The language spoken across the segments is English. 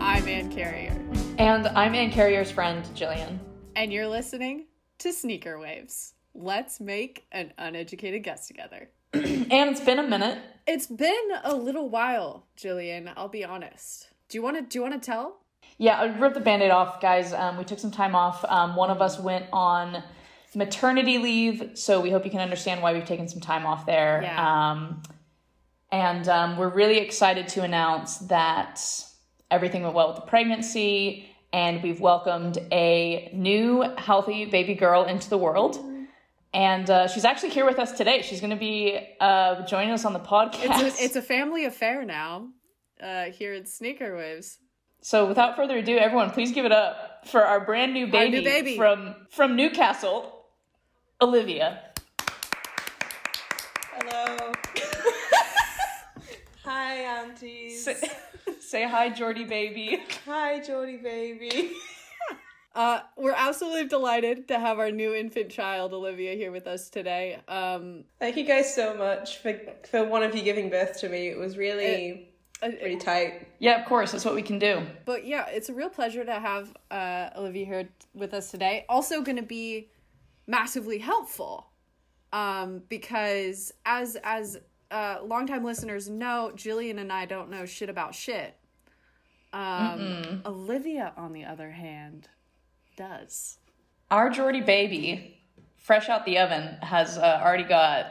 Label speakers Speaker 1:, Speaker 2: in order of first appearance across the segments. Speaker 1: Ann Carrier,
Speaker 2: And I'm Ann Carrier's friend, Jillian.
Speaker 1: and you're listening to Sneaker Waves. Let's make an uneducated guess together.
Speaker 2: And it's been a minute.
Speaker 1: It's been a little while, Jillian. I'll be honest. Do you want to? Do you want to tell?
Speaker 2: Yeah, I ripped the band aid off, guys. Um, we took some time off. Um, one of us went on maternity leave, so we hope you can understand why we've taken some time off there.
Speaker 1: Yeah.
Speaker 2: Um, and um, we're really excited to announce that everything went well with the pregnancy, and we've welcomed a new, healthy baby girl into the world. And uh, she's actually here with us today. She's going to be uh, joining us on the podcast.
Speaker 1: It's a, it's a family affair now. Uh, here at Sneaker Waves.
Speaker 2: So without further ado, everyone, please give it up for our brand new baby,
Speaker 1: new baby.
Speaker 2: from from Newcastle, Olivia.
Speaker 3: Hello. Hi, aunties.
Speaker 2: Say, say hi, Jordy baby.
Speaker 3: Hi, Jody baby.
Speaker 1: Uh, we're absolutely delighted to have our new infant child Olivia here with us today. Um,
Speaker 3: Thank you guys so much for for one of you giving birth to me. It was really
Speaker 1: uh,
Speaker 3: really tight.
Speaker 2: Yeah, of course, that's what we can do.
Speaker 1: But yeah, it's a real pleasure to have uh, Olivia here t- with us today. Also, going to be massively helpful um, because as as uh, longtime listeners know, Jillian and I don't know shit about shit. Um, Olivia, on the other hand, does.
Speaker 2: Our Jordy baby, fresh out the oven, has uh, already got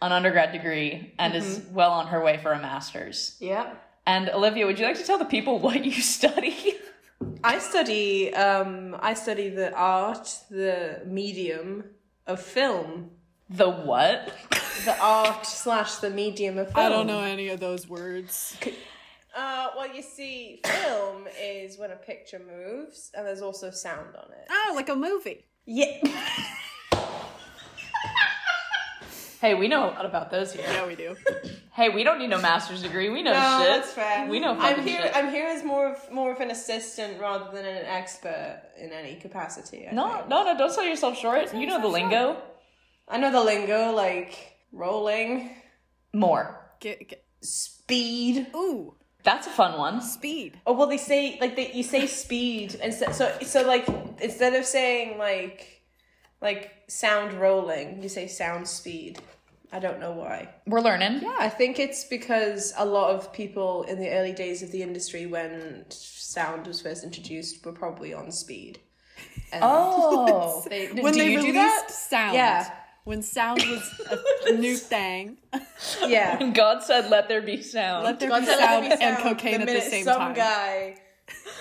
Speaker 2: an undergrad degree and is
Speaker 1: Mm-hmm.
Speaker 2: well on her way for a master's.
Speaker 3: Yep.
Speaker 2: And Olivia, would you like to tell the people what you study?
Speaker 3: I study um I study the art, the medium of film.
Speaker 2: the what?
Speaker 3: The art slash the medium of film.
Speaker 1: I don't know any of those words.
Speaker 3: Uh, well, you see, film is when a picture moves, and there's also sound on it.
Speaker 1: Oh, like a movie.
Speaker 3: Yeah.
Speaker 2: Hey, we know a lot about those here.
Speaker 1: Yeah, we do.
Speaker 2: Hey, we don't need no master's degree. We know
Speaker 3: No,
Speaker 2: shit.
Speaker 3: Oh, that's fair.
Speaker 2: We know
Speaker 3: I'm
Speaker 2: fucking
Speaker 3: here.
Speaker 2: shit.
Speaker 3: I'm here as more of more of an assistant rather than an expert in any capacity. I
Speaker 2: No,
Speaker 3: think.
Speaker 2: no, no, don't sell yourself short. You know the lingo.
Speaker 3: I know the lingo like rolling,
Speaker 2: More.
Speaker 1: Get, get,
Speaker 3: speed.
Speaker 1: ooh,
Speaker 2: That's a fun one.
Speaker 1: speed.
Speaker 3: Oh well, they say like they, you say speed instead. So so like instead of saying like like sound rolling, you say sound speed. I don't know why.
Speaker 2: We're learning.
Speaker 3: I think it's because a lot of people in the early days of the industry, when sound was first introduced, were probably on speed. And-
Speaker 2: Oh. they,
Speaker 1: when
Speaker 2: do
Speaker 1: they
Speaker 2: you
Speaker 1: released
Speaker 2: do that?
Speaker 1: sound.
Speaker 3: Yeah.
Speaker 1: When sound was a new thing.
Speaker 3: yeah.
Speaker 2: When God said, let there be sound.
Speaker 1: Let there
Speaker 3: God
Speaker 1: be
Speaker 3: said,
Speaker 1: sound
Speaker 3: "Let
Speaker 1: and
Speaker 3: there be sound."
Speaker 1: cocaine at the
Speaker 3: minute
Speaker 1: same
Speaker 3: some
Speaker 1: time.
Speaker 3: guy,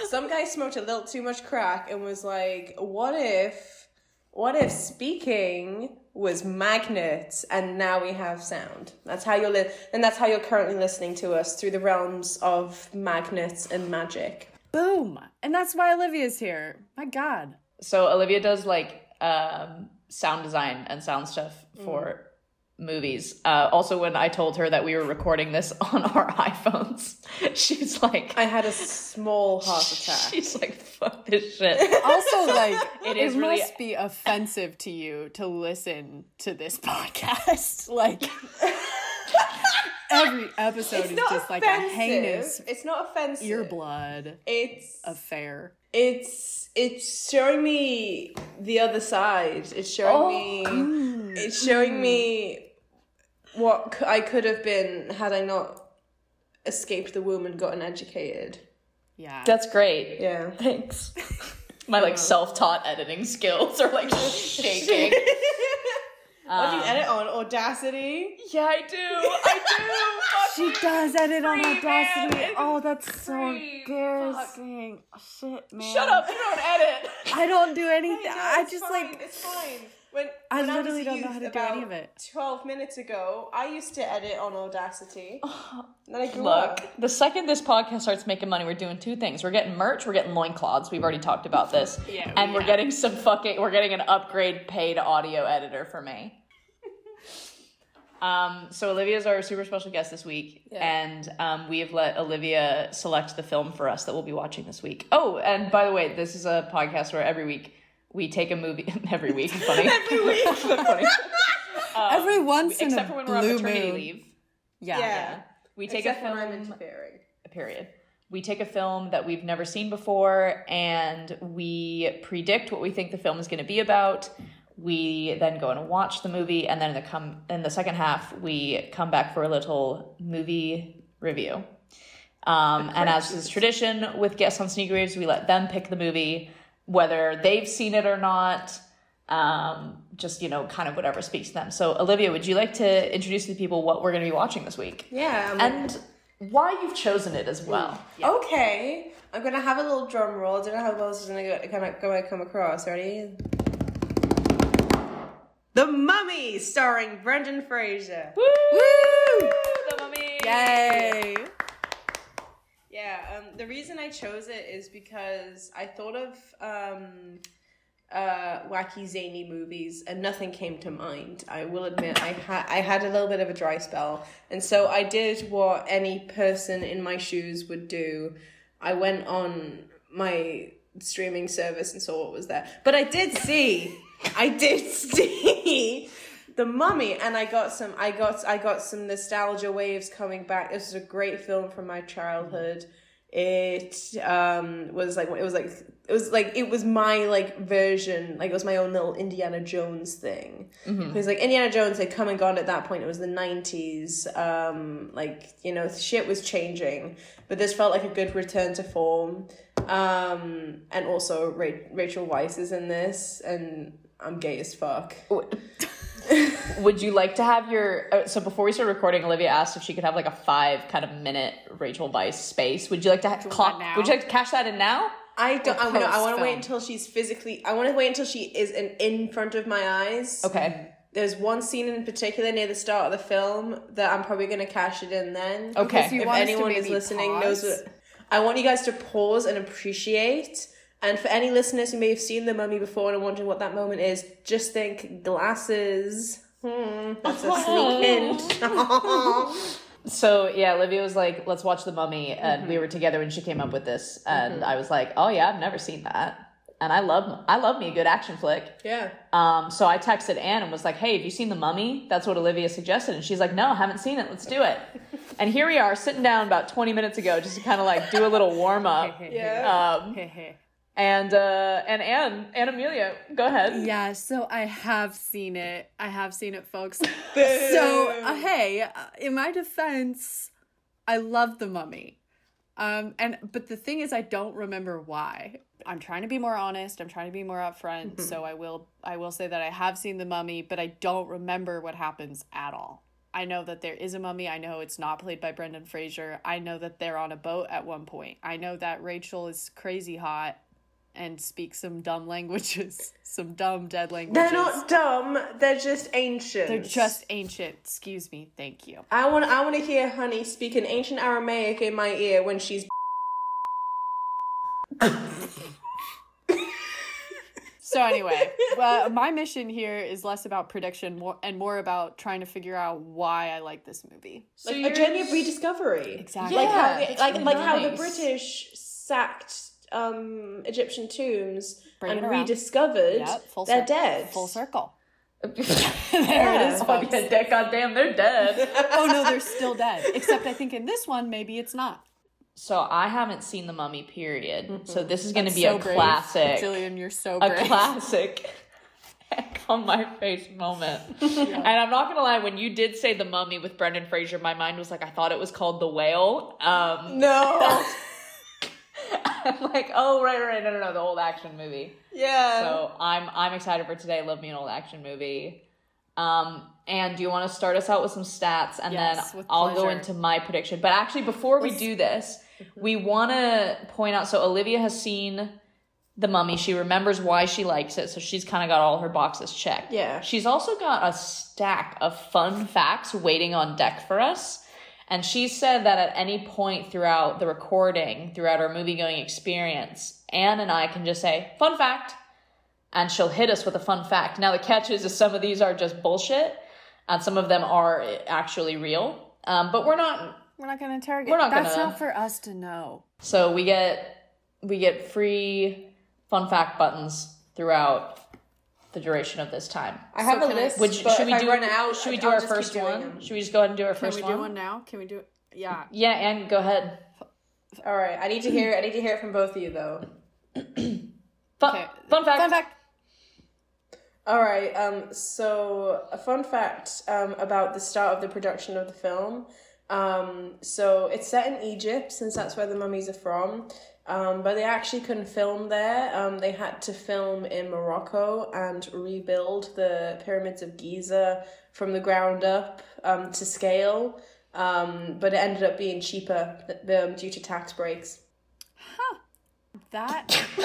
Speaker 3: some guy smoked a little too much crack and was like, "What if, what if speaking was magnets and now we have sound? That's how you're li- and that's how you're currently listening to us through the realms of magnets and magic."
Speaker 1: Boom. And that's why Olivia's here. My God.
Speaker 2: so Olivia does like um, sound design and sound stuff for movies. Uh, also, when I told her that we were recording this on our iPhones, she's like,
Speaker 3: I had a small heart attack.
Speaker 2: she's like, fuck this shit.
Speaker 1: Also, like, it,
Speaker 2: is really-
Speaker 1: must be offensive to you to listen to this podcast. Like, every episode
Speaker 3: It's
Speaker 1: is
Speaker 3: not
Speaker 1: just
Speaker 3: offensive.
Speaker 1: like a heinous
Speaker 3: it's not offensive.
Speaker 1: earblood
Speaker 3: It's
Speaker 1: affair.
Speaker 3: it's it's showing me the other side. It's
Speaker 1: Oh,
Speaker 3: showing me it's showing me what c- I could have been had I not escaped the womb and gotten educated.
Speaker 1: Yeah.
Speaker 2: That's great.
Speaker 3: Yeah.
Speaker 2: Thanks. My like self-taught editing skills are like shaking.
Speaker 3: what do you edit on? Audacity.
Speaker 2: yeah, I do. I do.
Speaker 1: she does edit on
Speaker 2: Free, man.
Speaker 1: Audacity.
Speaker 2: It's
Speaker 1: Oh, that's so
Speaker 2: free.
Speaker 1: embarrassing. Shit, man.
Speaker 2: Shut up! You don't edit.
Speaker 1: I don't do anything.
Speaker 3: No,
Speaker 1: I
Speaker 3: it's
Speaker 1: just
Speaker 3: fine,
Speaker 1: like
Speaker 3: it's fine. When,
Speaker 1: I
Speaker 3: when was
Speaker 1: literally
Speaker 3: a
Speaker 1: don't know
Speaker 3: youth
Speaker 1: how to do any
Speaker 3: about
Speaker 1: of it.
Speaker 3: Twelve minutes ago, I used to edit on Audacity. And then I grew
Speaker 2: Look,
Speaker 3: up.
Speaker 2: the second this podcast starts making money, we're doing two things. We're getting merch. We're getting loincloths. We've already talked about this.
Speaker 1: Yeah,
Speaker 2: and we're
Speaker 1: yeah.
Speaker 2: getting some fucking. We're getting an upgrade paid audio editor for me. Um, so Olivia's our super special guest this week, and um, we have let Olivia select the film for us that we'll be watching this week. Oh, and by the way, this is a podcast where every week we take a movie. Every week, funny. every week, funny.
Speaker 1: every once in
Speaker 2: Um, Except
Speaker 1: a
Speaker 2: for when we're
Speaker 1: blue
Speaker 2: on maternity
Speaker 1: moon.
Speaker 2: leave,
Speaker 1: Yeah.
Speaker 3: Yeah.
Speaker 2: we take
Speaker 3: Except
Speaker 2: a
Speaker 3: when
Speaker 2: film
Speaker 3: I'm interfering.
Speaker 2: period. we take a film that we've never seen before and we predict what we think the film is going to be about. We then go and watch the movie, and then in the come in the second half, we come back for a little movie review. Um, and as is tradition with guests on Sneak Reviews, we let them pick the movie, whether they've seen it or not. Um, just you know, kind of whatever speaks to them. So, Olivia, would you like to introduce to the people what we're going to be watching this week?
Speaker 3: Yeah. I'm-
Speaker 2: and why you've chosen it as well.
Speaker 3: Okay. I'm gonna have a little drum roll. I don't know how else is gonna go, gonna, gonna come across. Ready? The Mummy, starring Brendan Fraser.
Speaker 1: Woo!
Speaker 2: The Mummy.
Speaker 1: Yay!
Speaker 3: Yeah. Um, the reason I chose it is because I thought of um, uh, wacky zany movies, and nothing came to mind. I will admit, I had I had a little bit of a dry spell, and so I did what any person in my shoes would do. I went on my streaming service and saw what was there, but I did see, I did see. The Mummy, and I got some. I got. I got some nostalgia waves coming back. This is a great film from my childhood it um was like it was like it was like it was my like version like it was my own little indiana jones thing it was like indiana jones had come and gone at that point it was the 90s um like you know shit was changing but this felt like a good return to form um and also Ra- rachel weisz is in this and i'm gay as fuck
Speaker 2: Would you like to have your? Uh, so before we started recording, Olivia asked if she could have like a five kind of minute Rachel Vice space. Would you like to ha- clock?
Speaker 1: now?
Speaker 2: Would you like to cash that in now?
Speaker 3: I don't. I, no, I want to
Speaker 1: post-film.
Speaker 3: wait until she's physically. I want to wait until she is in, in front of my eyes.
Speaker 2: Okay.
Speaker 3: There's one scene in particular near the start of the film that I'm probably going to cash it in then.
Speaker 2: Okay.
Speaker 1: so you
Speaker 3: if
Speaker 1: want us to
Speaker 3: anyone is
Speaker 1: maybe
Speaker 3: listening,
Speaker 1: pause?
Speaker 3: knows what I want you guys to pause and appreciate. And for any listeners who may have seen the mummy before and are wondering what that moment is, just think glasses. Hmm, that's a sneak hint.
Speaker 2: So yeah, Olivia was like, "Let's watch The Mummy," and we were together when she came up with this, and I was like, "Oh yeah, I've never seen that." And I love, I love me a good action flick.
Speaker 3: yeah.
Speaker 2: Um, so I texted Anne and was like, "Hey, have you seen The Mummy?" That's what Olivia suggested, and she's like, "No, I haven't seen it. Let's do it." and here we are, sitting down about twenty minutes ago, just to kind of like do a little warm up.
Speaker 3: Yeah.
Speaker 2: Um, and uh, and Anne and Amelia, go ahead.
Speaker 1: Yeah, so I have seen it. I have seen it, folks. so, uh, hey, uh, in my defense, I love the mummy. Um and but the thing is I don't remember why. I'm trying to be more honest. I'm trying to be more upfront,
Speaker 3: Mm-hmm.
Speaker 1: so I will I will say that I have seen the mummy, but I don't remember what happens at all. I know that there is a mummy. I know it's not played by Brendan Fraser. I know that they're on a boat at one point. I know that Rachel is crazy hot and speak some dumb languages, some dumb dead languages.
Speaker 3: They're not dumb. They're just ancient.
Speaker 1: They're just ancient. Excuse me. Thank you.
Speaker 3: I want I want to hear Honey speak an ancient Aramaic in my ear when she's.
Speaker 1: So anyway, well, my mission here is less about prediction more, and more about trying to figure out why I like this movie.
Speaker 2: So
Speaker 3: a journey of rediscovery.
Speaker 1: Exactly.
Speaker 3: Like how
Speaker 2: Yeah,
Speaker 3: the,
Speaker 2: that's
Speaker 3: like like how the
Speaker 2: nice.
Speaker 3: British sacked um Egyptian tombs
Speaker 1: Bring it
Speaker 3: and
Speaker 1: around.
Speaker 3: rediscovered
Speaker 1: Yep, full
Speaker 3: their
Speaker 1: cir-
Speaker 3: dead.
Speaker 1: Full circle.
Speaker 2: there
Speaker 1: Yeah.
Speaker 2: it is. Oh, yeah, dead, goddamn, they're dead.
Speaker 1: Oh no, they're still dead. Except I think in this one, maybe it's not.
Speaker 2: so I haven't seen The Mummy. Period. So this is going to be
Speaker 1: so
Speaker 2: a
Speaker 1: brave.
Speaker 2: classic.
Speaker 1: Jillian, you're so
Speaker 2: a
Speaker 1: brave.
Speaker 2: classic heck on my face moment. And I'm not gonna lie, when you did say the mummy with Brendan Fraser, my mind was like, I thought it was called the whale. Um,
Speaker 3: No.
Speaker 2: I'm like, oh right, right, no, no, no, the old action movie.
Speaker 3: yeah.
Speaker 1: Uh-huh.
Speaker 2: So I'm I'm excited for today. Love me an old action movie. Um, and do you want to start us out with some stats, and
Speaker 1: Yes,
Speaker 2: then
Speaker 1: with
Speaker 2: I'll go
Speaker 1: pleasure.
Speaker 2: into my prediction. But actually, before we do this, we want to point out. So Olivia has seen the Mummy. She remembers why she likes it, so she's kind of got all her boxes checked.
Speaker 3: Yeah.
Speaker 2: She's also got a stack of fun facts waiting on deck for us. And she said that at any point throughout the recording, throughout our movie going experience, Anne and I can just say, fun fact, and she'll hit us with a fun fact. Now, the catch is, is some of these are just bullshit, and some of them are actually real. Um, but we're not
Speaker 1: We're not gonna interrogate.
Speaker 2: We're not
Speaker 1: That's
Speaker 2: gonna.
Speaker 1: not for us to know.
Speaker 2: so we get we get free fun fact buttons throughout the duration of this time.
Speaker 3: I have
Speaker 1: So
Speaker 3: a
Speaker 1: can I-
Speaker 3: list.
Speaker 2: Would you,
Speaker 3: but
Speaker 2: should we
Speaker 3: if
Speaker 2: do
Speaker 3: I run out?
Speaker 2: Should we do
Speaker 3: I'll
Speaker 2: our
Speaker 3: just keep
Speaker 2: first
Speaker 3: doing
Speaker 2: one?
Speaker 3: them.
Speaker 2: Should we just go ahead and do our
Speaker 1: Can
Speaker 2: first
Speaker 1: we do
Speaker 2: one?
Speaker 1: one now? Can we do? Yeah.
Speaker 2: Yeah, Anne, go ahead.
Speaker 3: All right, I need to hear. I need to hear it from both of you though.
Speaker 2: Fun,
Speaker 1: Okay.
Speaker 2: fun fact.
Speaker 1: Fun fact.
Speaker 3: All right. Um. So a fun fact um, about the start of the production of the film. Um. So it's set in Egypt since that's where the mummies are from. Um, but they actually couldn't film there. Um, they had to film in Morocco and rebuild the pyramids of Giza from the ground up um, to scale. Um, but it ended up being cheaper um, due to tax breaks.
Speaker 1: That.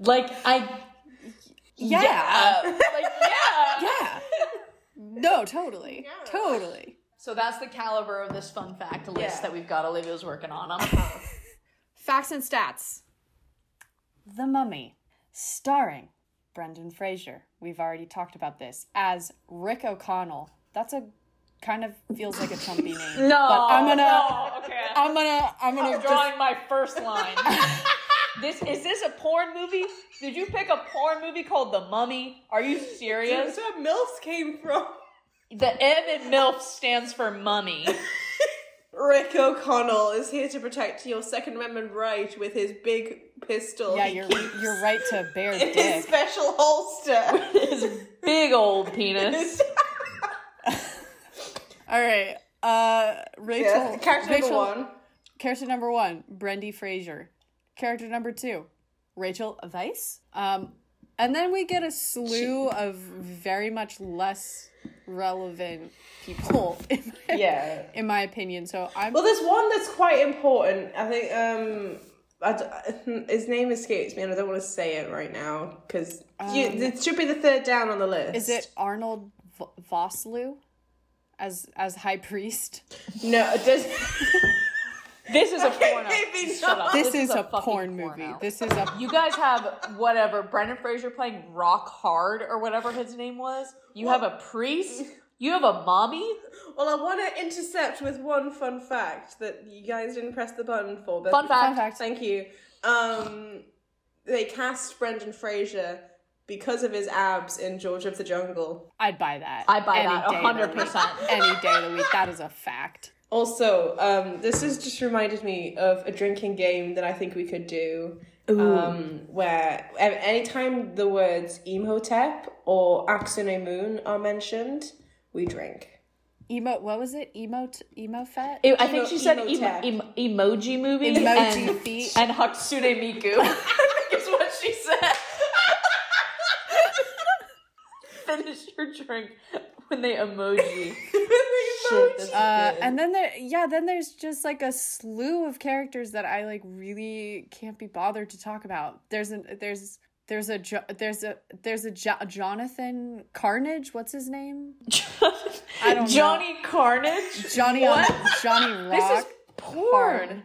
Speaker 2: Like I
Speaker 1: yeah.
Speaker 2: yeah. like yeah.
Speaker 1: Yeah. No, totally. Totally.
Speaker 2: So that's the caliber of this fun fact list
Speaker 3: Yeah.
Speaker 2: that we've got. Olivia's working on. i
Speaker 1: Facts and stats. The Mummy, starring Brendan Fraser. We've already talked about this as Rick O'Connell. That's a kind of feels like a Trumpy name.
Speaker 2: no,
Speaker 1: but I'm gonna,
Speaker 2: no, okay.
Speaker 1: I'm gonna, I'm gonna.
Speaker 2: I'm
Speaker 1: just-
Speaker 2: drawing my first line. this is this a porn movie? Did you pick a porn movie called The Mummy? Are you serious?
Speaker 3: where MILFs came from.
Speaker 2: The M in MILF stands for mummy.
Speaker 3: Rick O'Connell is here to protect your Second Amendment right with his big pistol.
Speaker 1: yeah,
Speaker 3: he
Speaker 1: you're
Speaker 3: keeps
Speaker 1: you're right to bear
Speaker 3: in his
Speaker 1: dick.
Speaker 3: special holster.
Speaker 2: Big old penis.
Speaker 1: All right, uh, Rachel.
Speaker 3: yeah, character number
Speaker 1: Rachel-
Speaker 3: one.
Speaker 1: Character number one, Brendy Fraser. Character number two, Rachel Weiss. Um, and then we get a slew of very much less relevant people, in my,
Speaker 3: Yeah.
Speaker 1: in my opinion. So I'm
Speaker 3: Well, there's one that's quite important. I think um, I d- his name escapes me, and I don't want to say it right now because it should be the third down on the list.
Speaker 1: Um, is it Arnold v- Vosloo as as high priest?
Speaker 3: No, it does.
Speaker 2: This is a porno.
Speaker 3: Maybe
Speaker 2: Shut up.
Speaker 3: not.
Speaker 1: This, is, a,
Speaker 2: fucking
Speaker 1: porn movie.
Speaker 2: porno.
Speaker 1: This is a
Speaker 2: You guys have whatever Brendan Fraser playing Rock Hard or whatever his name was. You have a priest. You have a mommy.
Speaker 3: Well, I want to intercept with one fun fact that you guys didn't press the button for. But
Speaker 2: Fun
Speaker 1: fun
Speaker 2: fact.
Speaker 1: fact.
Speaker 3: Thank you. Um, they cast Brendan Fraser because of his abs in George of the Jungle.
Speaker 1: I'd buy that.
Speaker 2: I buy
Speaker 1: Any
Speaker 2: that
Speaker 1: day of the
Speaker 2: hundred
Speaker 1: week.
Speaker 2: percent.
Speaker 1: Any day of the week. That is a fact.
Speaker 3: Also, um, this has just reminded me of a drinking game that I think we could do. Um, where a- anytime the words Imhotep or Axune Moon are mentioned, we drink.
Speaker 1: Emo, what was it? Emo, emo fat.
Speaker 2: E, I think she said emo,
Speaker 3: Emo-
Speaker 2: em- emoji movie.
Speaker 1: Emoji
Speaker 2: and,
Speaker 1: feet.
Speaker 2: and Hatsune Miku. is what she said. Finish your drink when they emoji. Shit, that's
Speaker 1: Uh,
Speaker 2: good.
Speaker 1: and then there, yeah, then there's just like a slew of characters that I like really can't be bothered to talk about. There's an there's there's a Jo- there's a there's a jo- Jonathan Carnage. What's his name? I don't know.
Speaker 2: Johnny Carnage.
Speaker 1: Johnny on- Johnny Rock.
Speaker 2: This is porn.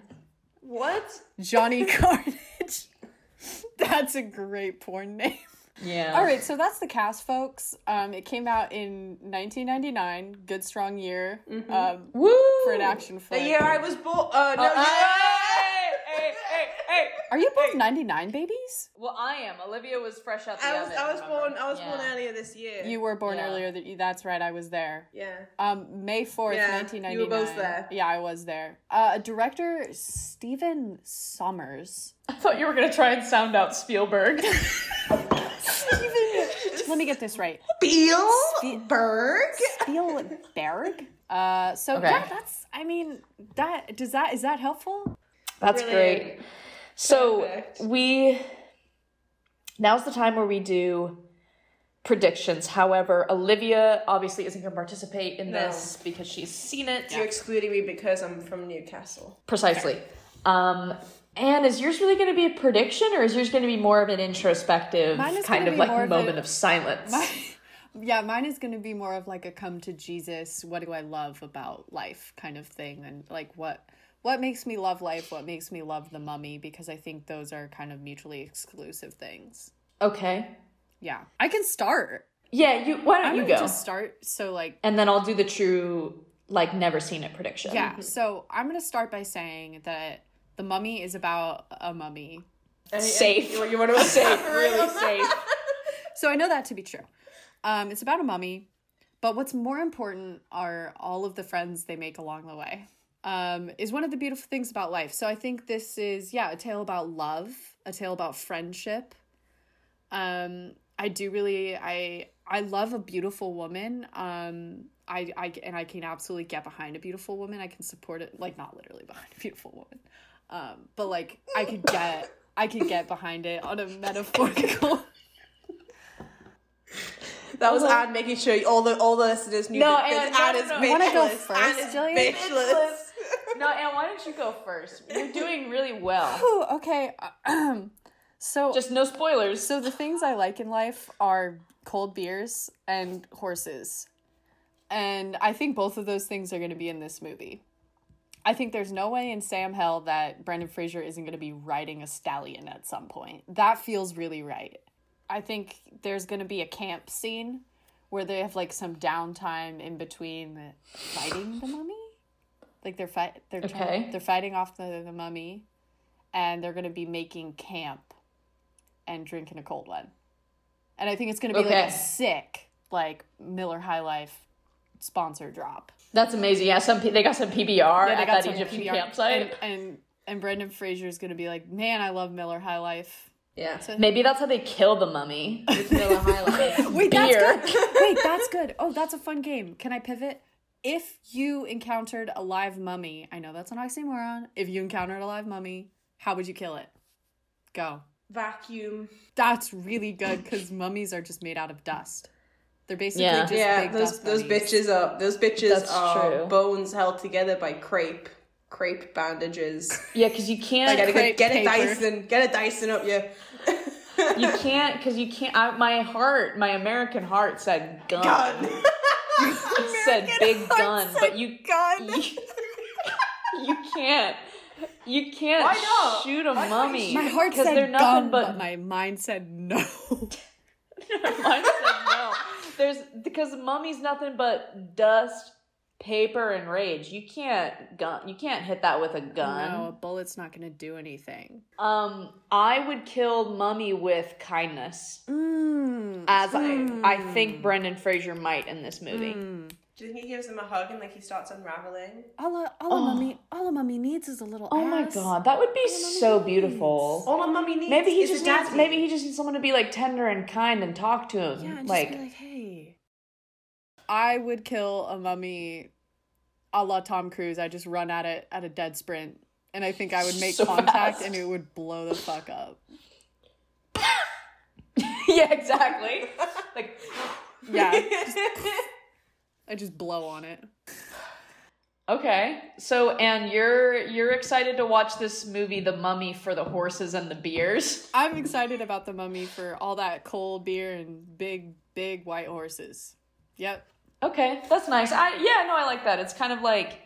Speaker 2: What?
Speaker 1: Johnny Carnage. That's a great porn name.
Speaker 2: Yeah.
Speaker 1: All right, so that's the cast, folks. Um, it came out in 1999. Good strong year um,
Speaker 2: Woo!
Speaker 1: for an action flick.
Speaker 3: Yeah, I was born. Uh, no,
Speaker 2: Hey, hey, hey, hey.
Speaker 1: Are you both 99 babies?
Speaker 2: Well, I am. Olivia was fresh out the
Speaker 3: I was
Speaker 2: oven.
Speaker 3: I was
Speaker 2: remember?
Speaker 3: born I was born
Speaker 2: Yeah.
Speaker 3: earlier this year.
Speaker 1: You were born
Speaker 2: Yeah.
Speaker 1: earlier. That that's right. I was there.
Speaker 3: yeah.
Speaker 1: Um, May fourth,
Speaker 3: Yeah,
Speaker 1: nineteen ninety
Speaker 3: you
Speaker 1: nine.
Speaker 3: were both there.
Speaker 1: Yeah, I was there. Uh, director Steven Sommers.
Speaker 2: I thought you were gonna try and sound out Spielberg.
Speaker 1: Let me get this right.
Speaker 3: Spielberg.
Speaker 1: Spielberg. Uh, so
Speaker 2: Okay.
Speaker 1: yeah, that's. I mean, that does that is that helpful?
Speaker 2: That's
Speaker 3: Brilliant.
Speaker 2: great. So
Speaker 3: Perfect.
Speaker 2: we now's the time where we do predictions. However, Olivia obviously isn't going to participate in
Speaker 3: No.
Speaker 2: this because she's seen it
Speaker 3: You're excluding me because I'm from Newcastle.
Speaker 2: precisely. Um, Anne, is yours really going to be a prediction, or is yours going to be more of an introspective
Speaker 1: Mine is
Speaker 2: kind
Speaker 1: gonna
Speaker 2: of
Speaker 1: be
Speaker 2: like
Speaker 1: more of a-
Speaker 2: moment of, silence?
Speaker 1: yeah, mine is going to be more of like a come to Jesus. What do I love about life kind of thing, and like what what makes me love life, what makes me love the mummy, because I think those are kind of mutually exclusive things.
Speaker 2: Okay.
Speaker 1: Yeah, I can start.
Speaker 2: Yeah. You. Why
Speaker 1: I'm
Speaker 2: don't you
Speaker 1: gonna
Speaker 2: go?
Speaker 1: just start. So like,
Speaker 2: And then I'll do the true like never seen it prediction.
Speaker 1: yeah. So I'm gonna start by saying that the mummy is about a mummy.
Speaker 3: And- and
Speaker 2: Safe.
Speaker 3: You, you want to
Speaker 2: Safe. Really safe.
Speaker 1: So I know that to be true. Um, it's about a mummy, but what's more important are all of the friends they make along the way. um, is one of the beautiful things about life. So I think this is, yeah, a tale about love, a tale about friendship. Um, I do really, I I love a beautiful woman. Um, I, I and I can absolutely get behind a beautiful woman. I can support it, like not literally behind a beautiful woman, um, but like I could get, I could get behind it on a metaphorical.
Speaker 3: That was Anne making sure all the all the listeners knew
Speaker 2: No,
Speaker 3: that
Speaker 2: and-
Speaker 3: that
Speaker 2: no,
Speaker 3: Anne
Speaker 2: no,
Speaker 3: is
Speaker 2: no.
Speaker 1: Wanna go
Speaker 3: bitchless. Anne
Speaker 1: first,
Speaker 3: is
Speaker 1: Jillian?
Speaker 3: bitchless.
Speaker 2: no, Anne, why don't you go first? You're doing really well.
Speaker 1: Ooh, okay, so
Speaker 2: Just no spoilers.
Speaker 1: So the things I like in life are cold beers and horses. And I think both of those things are going to be in this movie. I think there's no way in Sam Hell that Brendan Fraser isn't going to be riding a stallion at some point. That feels really right. I think there's going to be a camp scene where they have like some downtime in between fighting the mummy. Like they're fight they're trying,
Speaker 2: Okay.
Speaker 1: they're fighting off the, the mummy and they're going to be making camp and drinking a cold one. And I think it's going to be
Speaker 2: Okay.
Speaker 1: like a sick like Miller High Life sponsor drop.
Speaker 2: That's amazing. Yeah, some P- they got some PBR at that
Speaker 1: some
Speaker 2: Egyptian
Speaker 1: PBR.
Speaker 2: campsite.
Speaker 1: And, and and Brendan Fraser is going to be like, "Man, I love Miller High Life."
Speaker 3: Yeah.
Speaker 2: Maybe that's how they kill the mummy.
Speaker 3: It's Miller High Life.
Speaker 1: Wait,
Speaker 2: that's Beer.
Speaker 1: that's good. Wait, that's good. Oh, that's a fun game. Can I pivot? If you encountered a live mummy, I know that's an oxymoron. If you encountered a live mummy, how would you kill it? Go.
Speaker 3: Vacuum.
Speaker 1: That's really good because mummies are just made out of dust. They're basically
Speaker 2: Yeah.
Speaker 1: just
Speaker 3: Yeah,
Speaker 1: big
Speaker 3: those
Speaker 1: dust
Speaker 3: those
Speaker 1: mummies.
Speaker 3: bitches are those bitches
Speaker 2: That's
Speaker 3: are
Speaker 2: true.
Speaker 3: bones held together by crepe crepe bandages.
Speaker 2: Yeah, because you can't.
Speaker 3: Get a
Speaker 1: Crepe
Speaker 3: good, get a
Speaker 1: paper.
Speaker 3: Dyson, get a Dyson up you.
Speaker 2: You can't because you can't. I, my heart, my American heart said gun.
Speaker 3: Gun.
Speaker 2: It said big gun, but you
Speaker 1: gun.
Speaker 2: You, you can't. You can't
Speaker 3: Why not?
Speaker 2: shoot a mummy
Speaker 1: My heart
Speaker 2: because
Speaker 1: said
Speaker 2: they're
Speaker 1: gun,
Speaker 2: nothing
Speaker 1: but...
Speaker 2: but
Speaker 1: my mind said no.
Speaker 2: Mine said no. There's because mummy's nothing but dust, paper, and rage. You can't gun. You can't hit that with a
Speaker 1: No, Oh, a
Speaker 2: gun.
Speaker 1: bullet's not gonna do anything.
Speaker 2: Um, I would kill mummy with kindness,
Speaker 1: Mm.
Speaker 2: as I I think Brendan Fraser might in this movie.
Speaker 3: Do you think he gives him a hug and like he starts unraveling?
Speaker 1: All a, all a mummy, all a mummy needs is a little.
Speaker 2: Oh my
Speaker 1: ass.
Speaker 2: god, that would be so beautiful.
Speaker 3: All a mummy needs
Speaker 2: Maybe he
Speaker 3: is
Speaker 2: just
Speaker 3: a
Speaker 2: needs.
Speaker 3: daddy.
Speaker 2: Maybe he just needs someone to be like tender and kind and talk to him.
Speaker 1: Yeah, and just
Speaker 2: like,
Speaker 1: be like, hey. I would kill a mummy, a la Tom Cruise. I just run at it at a dead sprint, and I think I would make
Speaker 2: So
Speaker 1: contact,
Speaker 2: fast.
Speaker 1: and it would blow the fuck up.
Speaker 2: yeah, exactly. like,
Speaker 1: Yeah, just- I just blow on it.
Speaker 2: Okay. So and you're you're excited to watch this movie The Mummy for the horses and the beers.
Speaker 1: I'm excited about the mummy for all that cold beer and big, big white horses. Yep.
Speaker 2: Okay. That's nice. I yeah, no, I like that. It's kind of like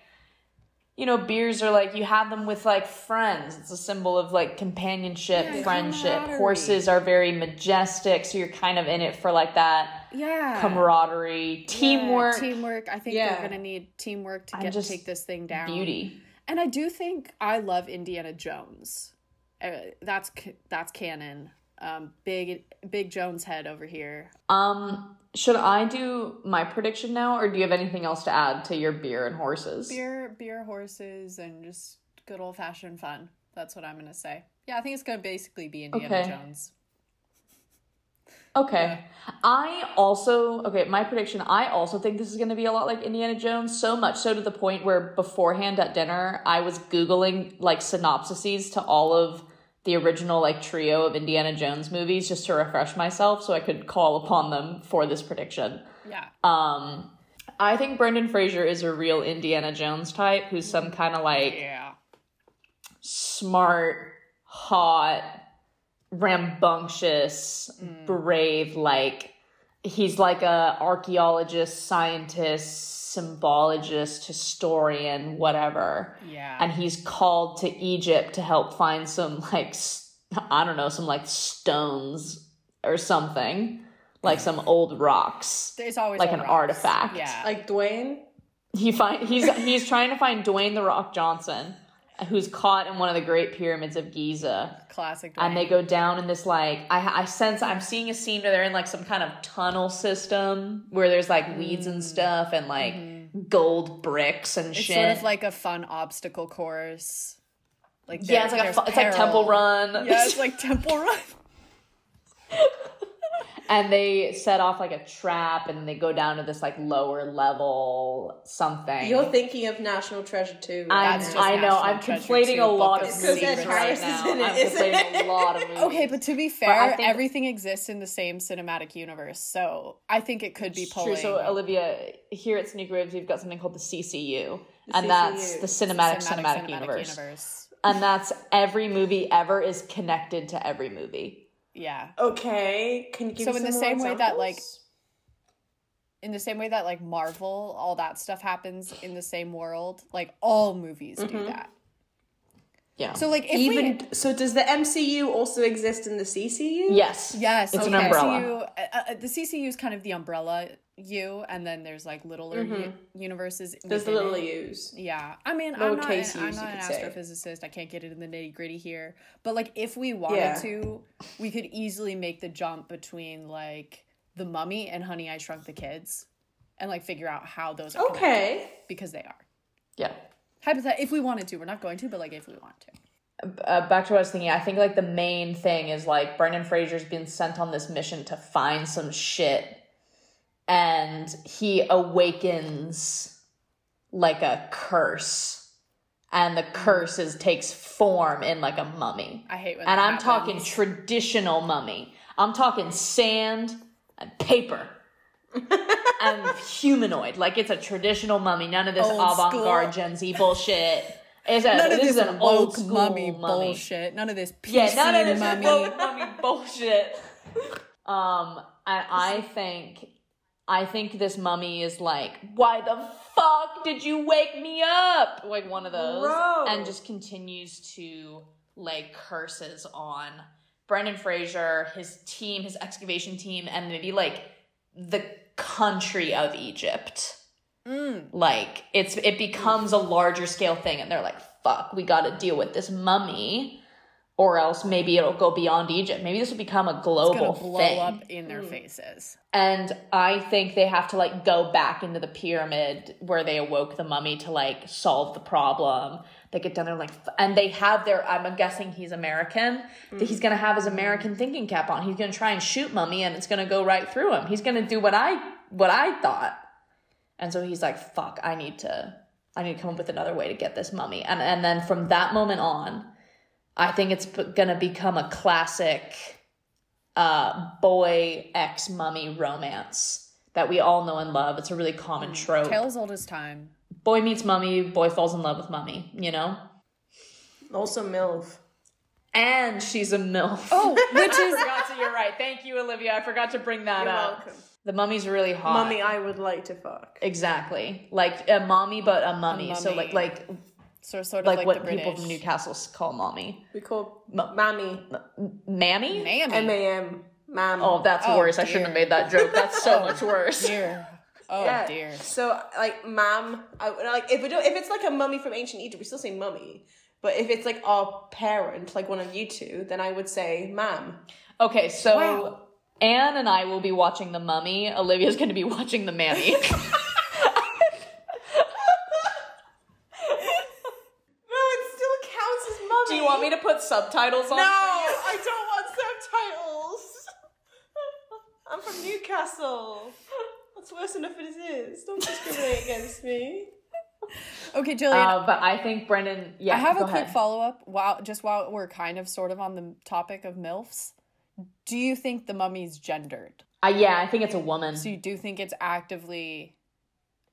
Speaker 2: you know, beers are like you have them with like friends. It's a symbol of like companionship,
Speaker 1: Yeah,
Speaker 2: friendship.
Speaker 1: camaraderie.
Speaker 2: Horses are very majestic, so you're kind of in it for like that
Speaker 1: Yeah.
Speaker 2: camaraderie, teamwork,
Speaker 1: Yeah, teamwork. I think
Speaker 3: Yeah.
Speaker 1: they're gonna need teamwork to
Speaker 2: I'm
Speaker 1: get
Speaker 2: just
Speaker 1: take this thing down.
Speaker 2: beauty.
Speaker 1: And I do think I love Indiana Jones. Uh, that's c- that's canon. Um, big big Jones head over here.
Speaker 2: Um should I do my prediction now or do you have anything else to add to your beer and horses?
Speaker 1: Beer beer horses and just good old fashioned fun. That's what I'm gonna say. Yeah, I think it's gonna basically be Indiana
Speaker 2: Okay.
Speaker 1: Jones.
Speaker 2: Okay. I also, okay, my prediction, I also think this is going to be a lot like Indiana Jones, so much so to the point where beforehand at dinner, I was Googling like synopsises to all of the original like trio of Indiana Jones movies just to refresh myself so I could call upon them for this prediction.
Speaker 1: Yeah.
Speaker 2: Um, I think Brendan Fraser is a real Indiana Jones type who's some kind of like
Speaker 1: Yeah.
Speaker 2: smart, hot, rambunctious, brave, like he's like a archaeologist, scientist, symbologist, historian, whatever.
Speaker 1: Yeah.
Speaker 2: And he's called to Egypt to help find some like s- I don't know, some like stones or something, like some old rocks.
Speaker 1: it's always
Speaker 2: like
Speaker 1: all
Speaker 2: an
Speaker 1: rocks.
Speaker 2: artifact.
Speaker 1: Yeah.
Speaker 3: like Dwayne.
Speaker 2: He find he's he's trying to find Dwayne the Rock Johnson, who's caught in one of the great pyramids of Giza
Speaker 1: classic.
Speaker 2: and they go down in this like I, I sense I'm seeing a scene where they're in like some kind of tunnel system where there's like weeds and stuff and like gold bricks and
Speaker 1: Mm. Mm-hmm. It's
Speaker 2: shit.
Speaker 1: sort of like a fun obstacle course. Like there-
Speaker 2: yeah, it's like a,
Speaker 1: there's
Speaker 2: fu- it's like
Speaker 1: peril.
Speaker 2: Temple Run.
Speaker 1: Yeah, it's like Temple Run.
Speaker 2: and they set off like a trap, and they go down to this like lower level something.
Speaker 3: You're thinking of National Treasure too.
Speaker 2: I'm,
Speaker 1: That's just
Speaker 2: I know.
Speaker 1: National
Speaker 2: I'm
Speaker 1: Treasure
Speaker 2: conflating
Speaker 1: too,
Speaker 2: a
Speaker 1: Book
Speaker 2: lot
Speaker 1: of
Speaker 2: of movies
Speaker 1: Secrets.
Speaker 2: right
Speaker 3: Because
Speaker 2: now.
Speaker 3: Ed Harris is in
Speaker 2: I'm
Speaker 3: it, isn't
Speaker 2: conflating a lot of movies.
Speaker 1: Okay, but to be
Speaker 2: I
Speaker 1: fair,
Speaker 2: think-
Speaker 1: everything exists in the same cinematic universe, so I think it could be
Speaker 2: It's
Speaker 1: pulling.
Speaker 2: True. So Olivia, here at Sneak Ribs, we've got something called the CCU, and
Speaker 3: CCU.
Speaker 2: that's the Cinematic Cinematic,
Speaker 1: cinematic
Speaker 2: universe. and that's every movie ever is connected to every movie.
Speaker 1: Yeah.
Speaker 3: Okay, can you give
Speaker 1: So
Speaker 3: me
Speaker 1: in the
Speaker 3: some
Speaker 1: same
Speaker 3: more
Speaker 1: way that, like,
Speaker 3: examples?
Speaker 1: In the same way that like Marvel, all that stuff happens in the same world. Like all movies do that.
Speaker 2: Yeah.
Speaker 1: So like if we
Speaker 3: even so, does the MCU also exist in the CCU?
Speaker 2: yes,
Speaker 1: Yes,
Speaker 2: it's an
Speaker 1: okay.
Speaker 2: umbrella.
Speaker 1: CCU, uh, uh, the CCU is kind of the umbrella U, and then there's like littler u- universes.
Speaker 3: There's the
Speaker 1: within
Speaker 3: little
Speaker 1: it.
Speaker 3: U's.
Speaker 1: Yeah, I mean, I'm not, an,
Speaker 3: Lowercase
Speaker 1: I'm
Speaker 3: U's,
Speaker 1: not
Speaker 3: you
Speaker 1: an
Speaker 3: could say.
Speaker 1: astrophysicist. I can't get into the nitty gritty here. But like, if we wanted
Speaker 3: Yeah.
Speaker 1: to, we could easily make the jump between like the Mummy and Honey I Shrunk the Kids, and like figure out how those are connected,
Speaker 3: Okay.
Speaker 1: because they are.
Speaker 2: Yeah.
Speaker 1: Hypothetically, if we wanted to, we're not going to, but like if we want to,
Speaker 2: Uh, back to what I was thinking. I think like the main thing is like Brendan Fraser's been sent on this mission to find some shit, and he awakens like a curse, and the curse is takes form in like a mummy.
Speaker 1: I hate when.
Speaker 2: and
Speaker 1: that
Speaker 2: I'm talking
Speaker 1: happens.
Speaker 2: traditional mummy. I'm talking sand and paper and humanoid. Like it's a traditional mummy. None of this
Speaker 1: Old
Speaker 2: avant-garde Gen Z bullshit. It's a,
Speaker 1: None of
Speaker 2: this,
Speaker 1: this
Speaker 2: is an old
Speaker 1: woke
Speaker 2: school
Speaker 1: mummy,
Speaker 2: mummy,
Speaker 1: bullshit. None of this PC
Speaker 2: Yeah, none of this
Speaker 1: mummy.
Speaker 2: woke mummy bullshit. Um, and I think, I think this mummy is like, why the fuck did you wake me up? Like one of those,
Speaker 3: Bro.
Speaker 2: and just continues to lay curses on Brendan Fraser, his team, his excavation team, and maybe like the country of Egypt
Speaker 1: Mm.
Speaker 2: like it's it becomes a larger scale thing and they're like fuck we got to deal with this mummy or else maybe it'll go beyond egypt maybe this will become a
Speaker 1: It's
Speaker 2: global
Speaker 1: gonna blow
Speaker 2: thing Mm.
Speaker 1: up in their faces.
Speaker 2: and i think they have to like go back into the pyramid where they awoke the mummy to like solve the problem they get down there like f- and they have their i'm guessing he's american that he's gonna have his american thinking cap on he's gonna try and shoot mummy and it's gonna go right through him he's gonna do what i what i thought and so he's like, fuck, I need to I need to come up with another way to get this mummy. And and then from that moment on, I think it's b- going to become a classic uh boy ex mummy romance that we all know and love. It's a really common trope.
Speaker 1: Tales old as time.
Speaker 2: boy meets mummy, boy falls in love with mummy, you know?
Speaker 3: Also MILF.
Speaker 2: And she's a MILF.
Speaker 1: Oh, which
Speaker 2: I
Speaker 1: is
Speaker 2: forgot to, you're right. Thank you, Olivia. I forgot to bring that
Speaker 3: You're
Speaker 2: up.
Speaker 3: welcome.
Speaker 2: The mummy's really hot.
Speaker 3: Mummy, I would like to fuck.
Speaker 2: Exactly. Like a mommy but a mummy. So
Speaker 1: mummy.
Speaker 2: like like
Speaker 1: sort of, sort of
Speaker 2: like,
Speaker 1: like,
Speaker 2: what
Speaker 1: the
Speaker 2: people
Speaker 1: British.
Speaker 2: from Newcastle s- call mommy.
Speaker 3: We call Mammy.
Speaker 2: Mammy?
Speaker 1: Mammy.
Speaker 3: M A M. Mam.
Speaker 2: oh, that's
Speaker 1: Oh,
Speaker 2: worse. I
Speaker 1: dear.
Speaker 2: shouldn't have made that joke. That's so much worse.
Speaker 1: dear. Oh
Speaker 3: Yeah.
Speaker 1: dear.
Speaker 3: So like mam, I, like if we don't, if it's like a mummy from ancient Egypt, we still say mummy. But if it's like our parent, like one of you two, then I would say mam.
Speaker 2: Okay, so
Speaker 1: Wow.
Speaker 2: Anne and I will be watching The Mummy. Olivia's going to be watching The Mammy.
Speaker 3: No, it still counts as mummy.
Speaker 2: Do you want me to put subtitles on?
Speaker 3: No, I don't want subtitles. I'm from Newcastle. That's worse enough as it is. Don't discriminate against me.
Speaker 1: Okay, Jillian.
Speaker 2: Uh, but I think Brendan. Yeah,
Speaker 1: I have a
Speaker 2: go
Speaker 1: quick
Speaker 2: ahead.
Speaker 1: follow up. While just while we're kind of sort of on the topic of milfs, do you think the mummy's gendered?
Speaker 2: Uh, yeah, I think it's a woman.
Speaker 1: So you do think it's actively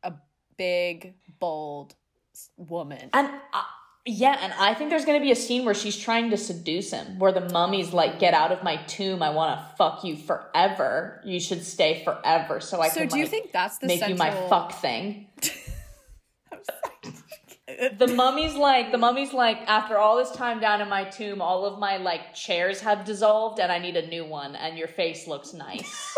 Speaker 1: a big, bold s- woman?
Speaker 2: And uh, yeah, and I think there's going to be a scene where she's trying to seduce him, where the mummy's like, "Get out of my tomb! I want to fuck you forever. You should stay forever." So I
Speaker 1: so
Speaker 2: can,
Speaker 1: do you
Speaker 2: like,
Speaker 1: think that's the
Speaker 2: make
Speaker 1: central?
Speaker 2: you my fuck thing? the mummy's like the mummy's like after all this time down in my tomb all of my like chairs have dissolved and i need a new one and your face looks nice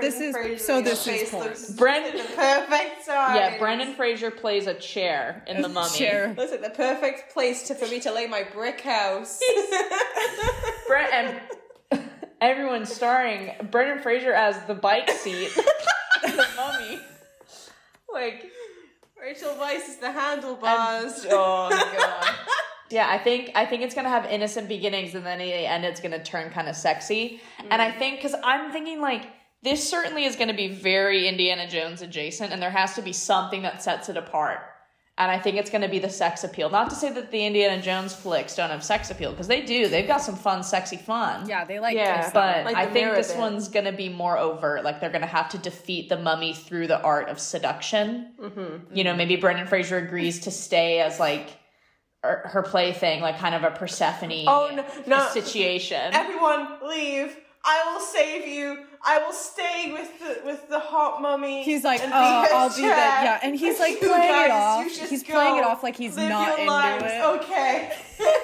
Speaker 1: This is-
Speaker 3: Brendan
Speaker 1: so this
Speaker 3: Fraser's
Speaker 1: is
Speaker 3: face
Speaker 1: porn.
Speaker 3: looks
Speaker 2: Bren-
Speaker 3: the perfect size.
Speaker 2: yeah brendan fraser plays a chair in the mummy
Speaker 1: Chair.
Speaker 3: Looks like the perfect place to, for me to lay my brick house.
Speaker 2: Brent and everyone starring Brendan Fraser as the bike seat. like
Speaker 3: Rachel Weiss is the handlebars.
Speaker 2: oh my god. Yeah, I think I think it's gonna have innocent beginnings, and then in the end, it's gonna turn kind of sexy. And I think because I'm thinking like this certainly is gonna be very Indiana Jones adjacent, and there has to be something that sets it apart. And I think it's gonna be the sex appeal. Not to say that the Indiana Jones flicks don't have sex appeal, because they do. They've got some fun, sexy fun.
Speaker 1: Yeah, they like
Speaker 3: Yeah,
Speaker 1: kiss them.
Speaker 2: But
Speaker 3: Like
Speaker 2: I
Speaker 3: the
Speaker 2: think
Speaker 3: mirror
Speaker 2: this
Speaker 3: bit.
Speaker 2: one's gonna be more overt. Like they're gonna have to defeat the mummy through the art of seduction.
Speaker 3: Mm-hmm.
Speaker 2: You know, maybe Brendan Fraser agrees to stay as like her, her plaything, like kind of a Persephone
Speaker 3: Oh, no, no.
Speaker 2: situation.
Speaker 3: Everyone, leave. I will save you. I will stay with the with the hot mummy.
Speaker 1: He's like,
Speaker 3: and
Speaker 1: oh,
Speaker 3: be his
Speaker 1: I'll be the
Speaker 3: chef.
Speaker 1: yeah, and he's like
Speaker 3: You
Speaker 1: playing it
Speaker 3: guys,
Speaker 1: off.
Speaker 3: you just
Speaker 1: He's
Speaker 3: go.
Speaker 1: playing it off like he's
Speaker 3: Live
Speaker 1: not
Speaker 3: your
Speaker 1: into
Speaker 3: lives.
Speaker 1: it.
Speaker 3: Okay.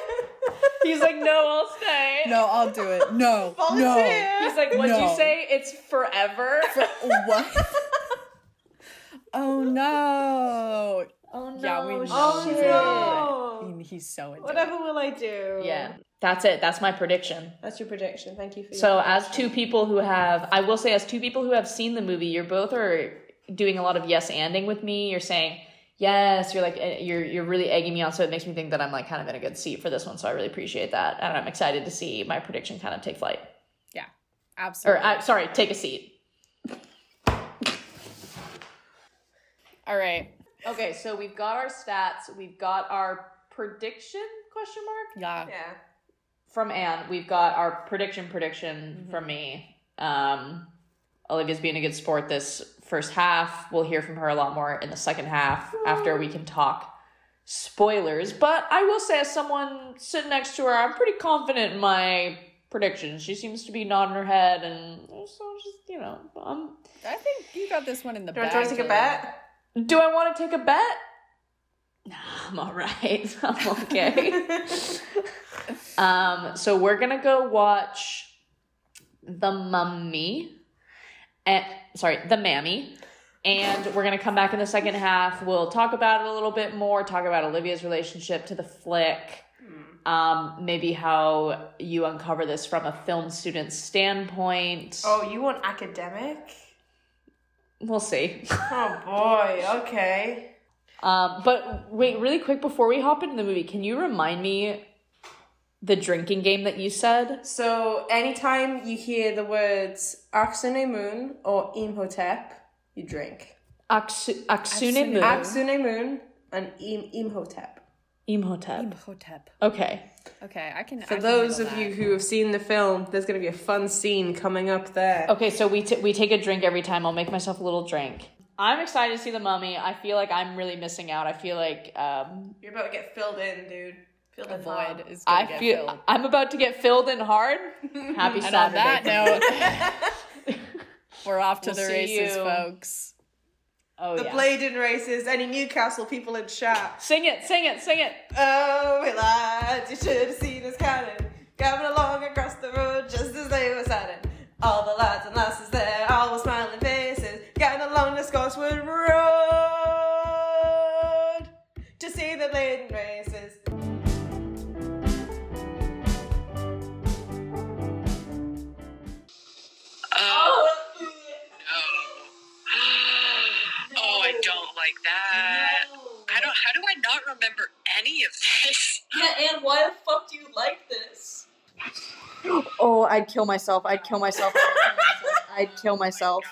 Speaker 2: He's like, no, I'll stay.
Speaker 1: No, I'll do it. No,
Speaker 3: Volunteer.
Speaker 1: no.
Speaker 2: He's like, what'd you
Speaker 1: No.
Speaker 2: say? It's forever.
Speaker 1: What? oh no!
Speaker 2: oh no.
Speaker 1: Yeah, we know.
Speaker 3: Oh,
Speaker 1: he's
Speaker 2: shit.
Speaker 1: into it.
Speaker 3: no.
Speaker 1: He- He's so into it.
Speaker 3: Whatever will I do?
Speaker 2: Yeah, that's it. That's my prediction.
Speaker 3: That's your prediction. Thank you for
Speaker 2: So,
Speaker 3: your
Speaker 2: as two people who have, I will say, as two people who have seen the movie, you're both are doing a lot of yes anding with me. You're saying yes. You're like eh, you're you're really egging me on, so it makes me think that I'm like kind of in a good seat for this one. So I really appreciate that, and I'm excited to see my prediction kind of take flight.
Speaker 1: Yeah,
Speaker 2: Or
Speaker 1: absolutely.
Speaker 2: I, sorry, take a seat.
Speaker 1: All right.
Speaker 2: Okay, so we've got our stats. We've got our prediction question mark
Speaker 1: Yeah.
Speaker 3: Yeah.
Speaker 2: from Anne. We've got our prediction prediction from me. Um, Olivia's being a good sport this first half. We'll hear from her a lot more in the second half after we can talk spoilers. But I will say, as someone sitting next to her, I'm pretty confident in my predictions. She seems to be nodding her head, and so just you know, um, i
Speaker 1: I think you got this one in the
Speaker 3: Do you
Speaker 1: bag.
Speaker 3: want to take a
Speaker 1: Dylan.
Speaker 3: bet?
Speaker 2: do I want to take a bet? Nah, I'm all right. I'm okay. Um, so we're gonna go watch The Mummy, and sorry, The Mammy, and we're gonna come back in the second half. We'll talk about it a little bit more. Talk about Olivia's relationship to the flick. Um, maybe how you uncover this from a film student's standpoint.
Speaker 3: oh, you want academic?
Speaker 2: We'll see.
Speaker 3: Oh boy. Okay.
Speaker 2: Um, but wait, really quick before we hop into the movie, can you remind me the drinking game that you said?
Speaker 3: So anytime you hear the words Aksune Moon or Imhotep, you drink.
Speaker 2: Aksu- Aksune
Speaker 1: Aksune-
Speaker 2: Mu
Speaker 3: Aksune Moon and Im- Imhotep.
Speaker 2: Imhotep.
Speaker 1: Hotep.
Speaker 2: Okay.
Speaker 1: Okay, I can.
Speaker 3: For those of you who have seen the film, there's going to be a fun scene coming up there.
Speaker 2: Okay, so we t- we take a drink every time. I'll make myself a little drink. I'm excited to see the mummy. I feel like I'm really missing out. I feel like um,
Speaker 3: You're about to get filled in, dude. Filled
Speaker 1: the
Speaker 3: in hard.
Speaker 1: void is gonna
Speaker 2: I
Speaker 1: get
Speaker 2: feel
Speaker 1: filled.
Speaker 2: I'm about to get filled in hard. Happy
Speaker 1: And on
Speaker 2: Saturday.
Speaker 1: that note, we're off to
Speaker 2: We'll
Speaker 1: the
Speaker 2: see
Speaker 1: races,
Speaker 2: you.
Speaker 1: folks.
Speaker 2: oh
Speaker 3: The
Speaker 2: yeah.
Speaker 3: Bladen races, any Newcastle people in chat.
Speaker 2: Sing it, sing it, sing it.
Speaker 3: Oh, we lied, you should have seen us cannon. Coming along across the road just as they were standing. All the lads and lasses there, all with smiling faces, getting along the Scotswood Road to see the Bladen races.
Speaker 4: Oh, I don't like that. I don't. How do I not remember any of this?
Speaker 2: Yeah, and why the fuck do you like this?
Speaker 5: Oh, I'd kill myself. I'd kill myself. I'd kill myself.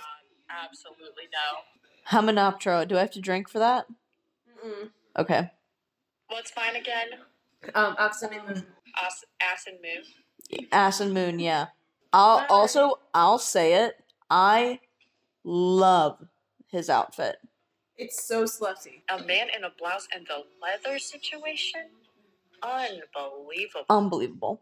Speaker 4: Absolutely no.
Speaker 5: Hamanoptero. Do I have to drink for that? Okay.
Speaker 4: What's mine again?
Speaker 3: Um, absolutely.
Speaker 4: Ass, ass and move.
Speaker 5: Ass and moon, yeah. I'll also I'll say it. I love his outfit.
Speaker 3: It's so slutty.
Speaker 4: A man in a blouse and the leather situation. Unbelievable.
Speaker 5: Unbelievable.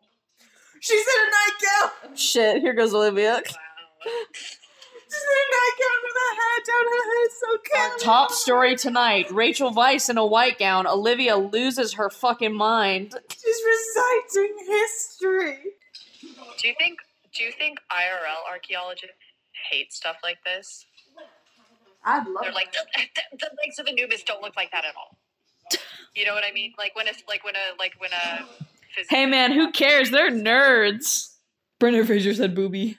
Speaker 3: She's in a nightgown!
Speaker 5: Shit, here goes Olivia.
Speaker 4: Wow.
Speaker 3: She's in a nightgown with her hair down, her hair's so
Speaker 5: Our
Speaker 3: curly.
Speaker 5: top story tonight. Rachel Weiss in a white gown. Olivia loses her fucking mind.
Speaker 3: She's reciting history.
Speaker 4: Do you think? Do you think IRL archaeologists hate stuff like this?
Speaker 3: I'd love
Speaker 4: They're like the, the, the legs of Anubis don't look like that at all. You know what I mean? Like when it's like when a like when a. physicist-
Speaker 5: Hey man, who cares? They're nerds. Brendan Fraser said booby.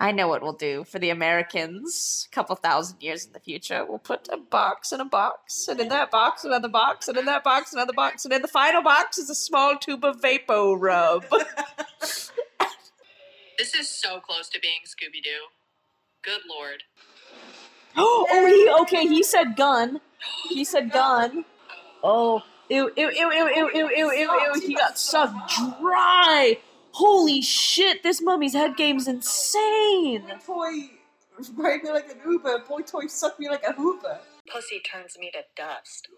Speaker 5: I know what we'll do for the Americans a couple thousand years in the future. We'll put a box in a box, and in that box, another box, and in that box, another box, and in the final box is a small tube of Vapo Rub.
Speaker 4: This is so close to being Scooby Doo. Good lord.
Speaker 5: oh, he, okay, he said gun. He said gun. Oh, ew, ew, ew, ew, ew, ew, ew, ew, ew. He got sucked dry. Holy shit, this mummy's head game's insane.
Speaker 3: Boy toy ride me like an Uber. Boy toy suck me like a hoover.
Speaker 4: Pussy turns me to dust.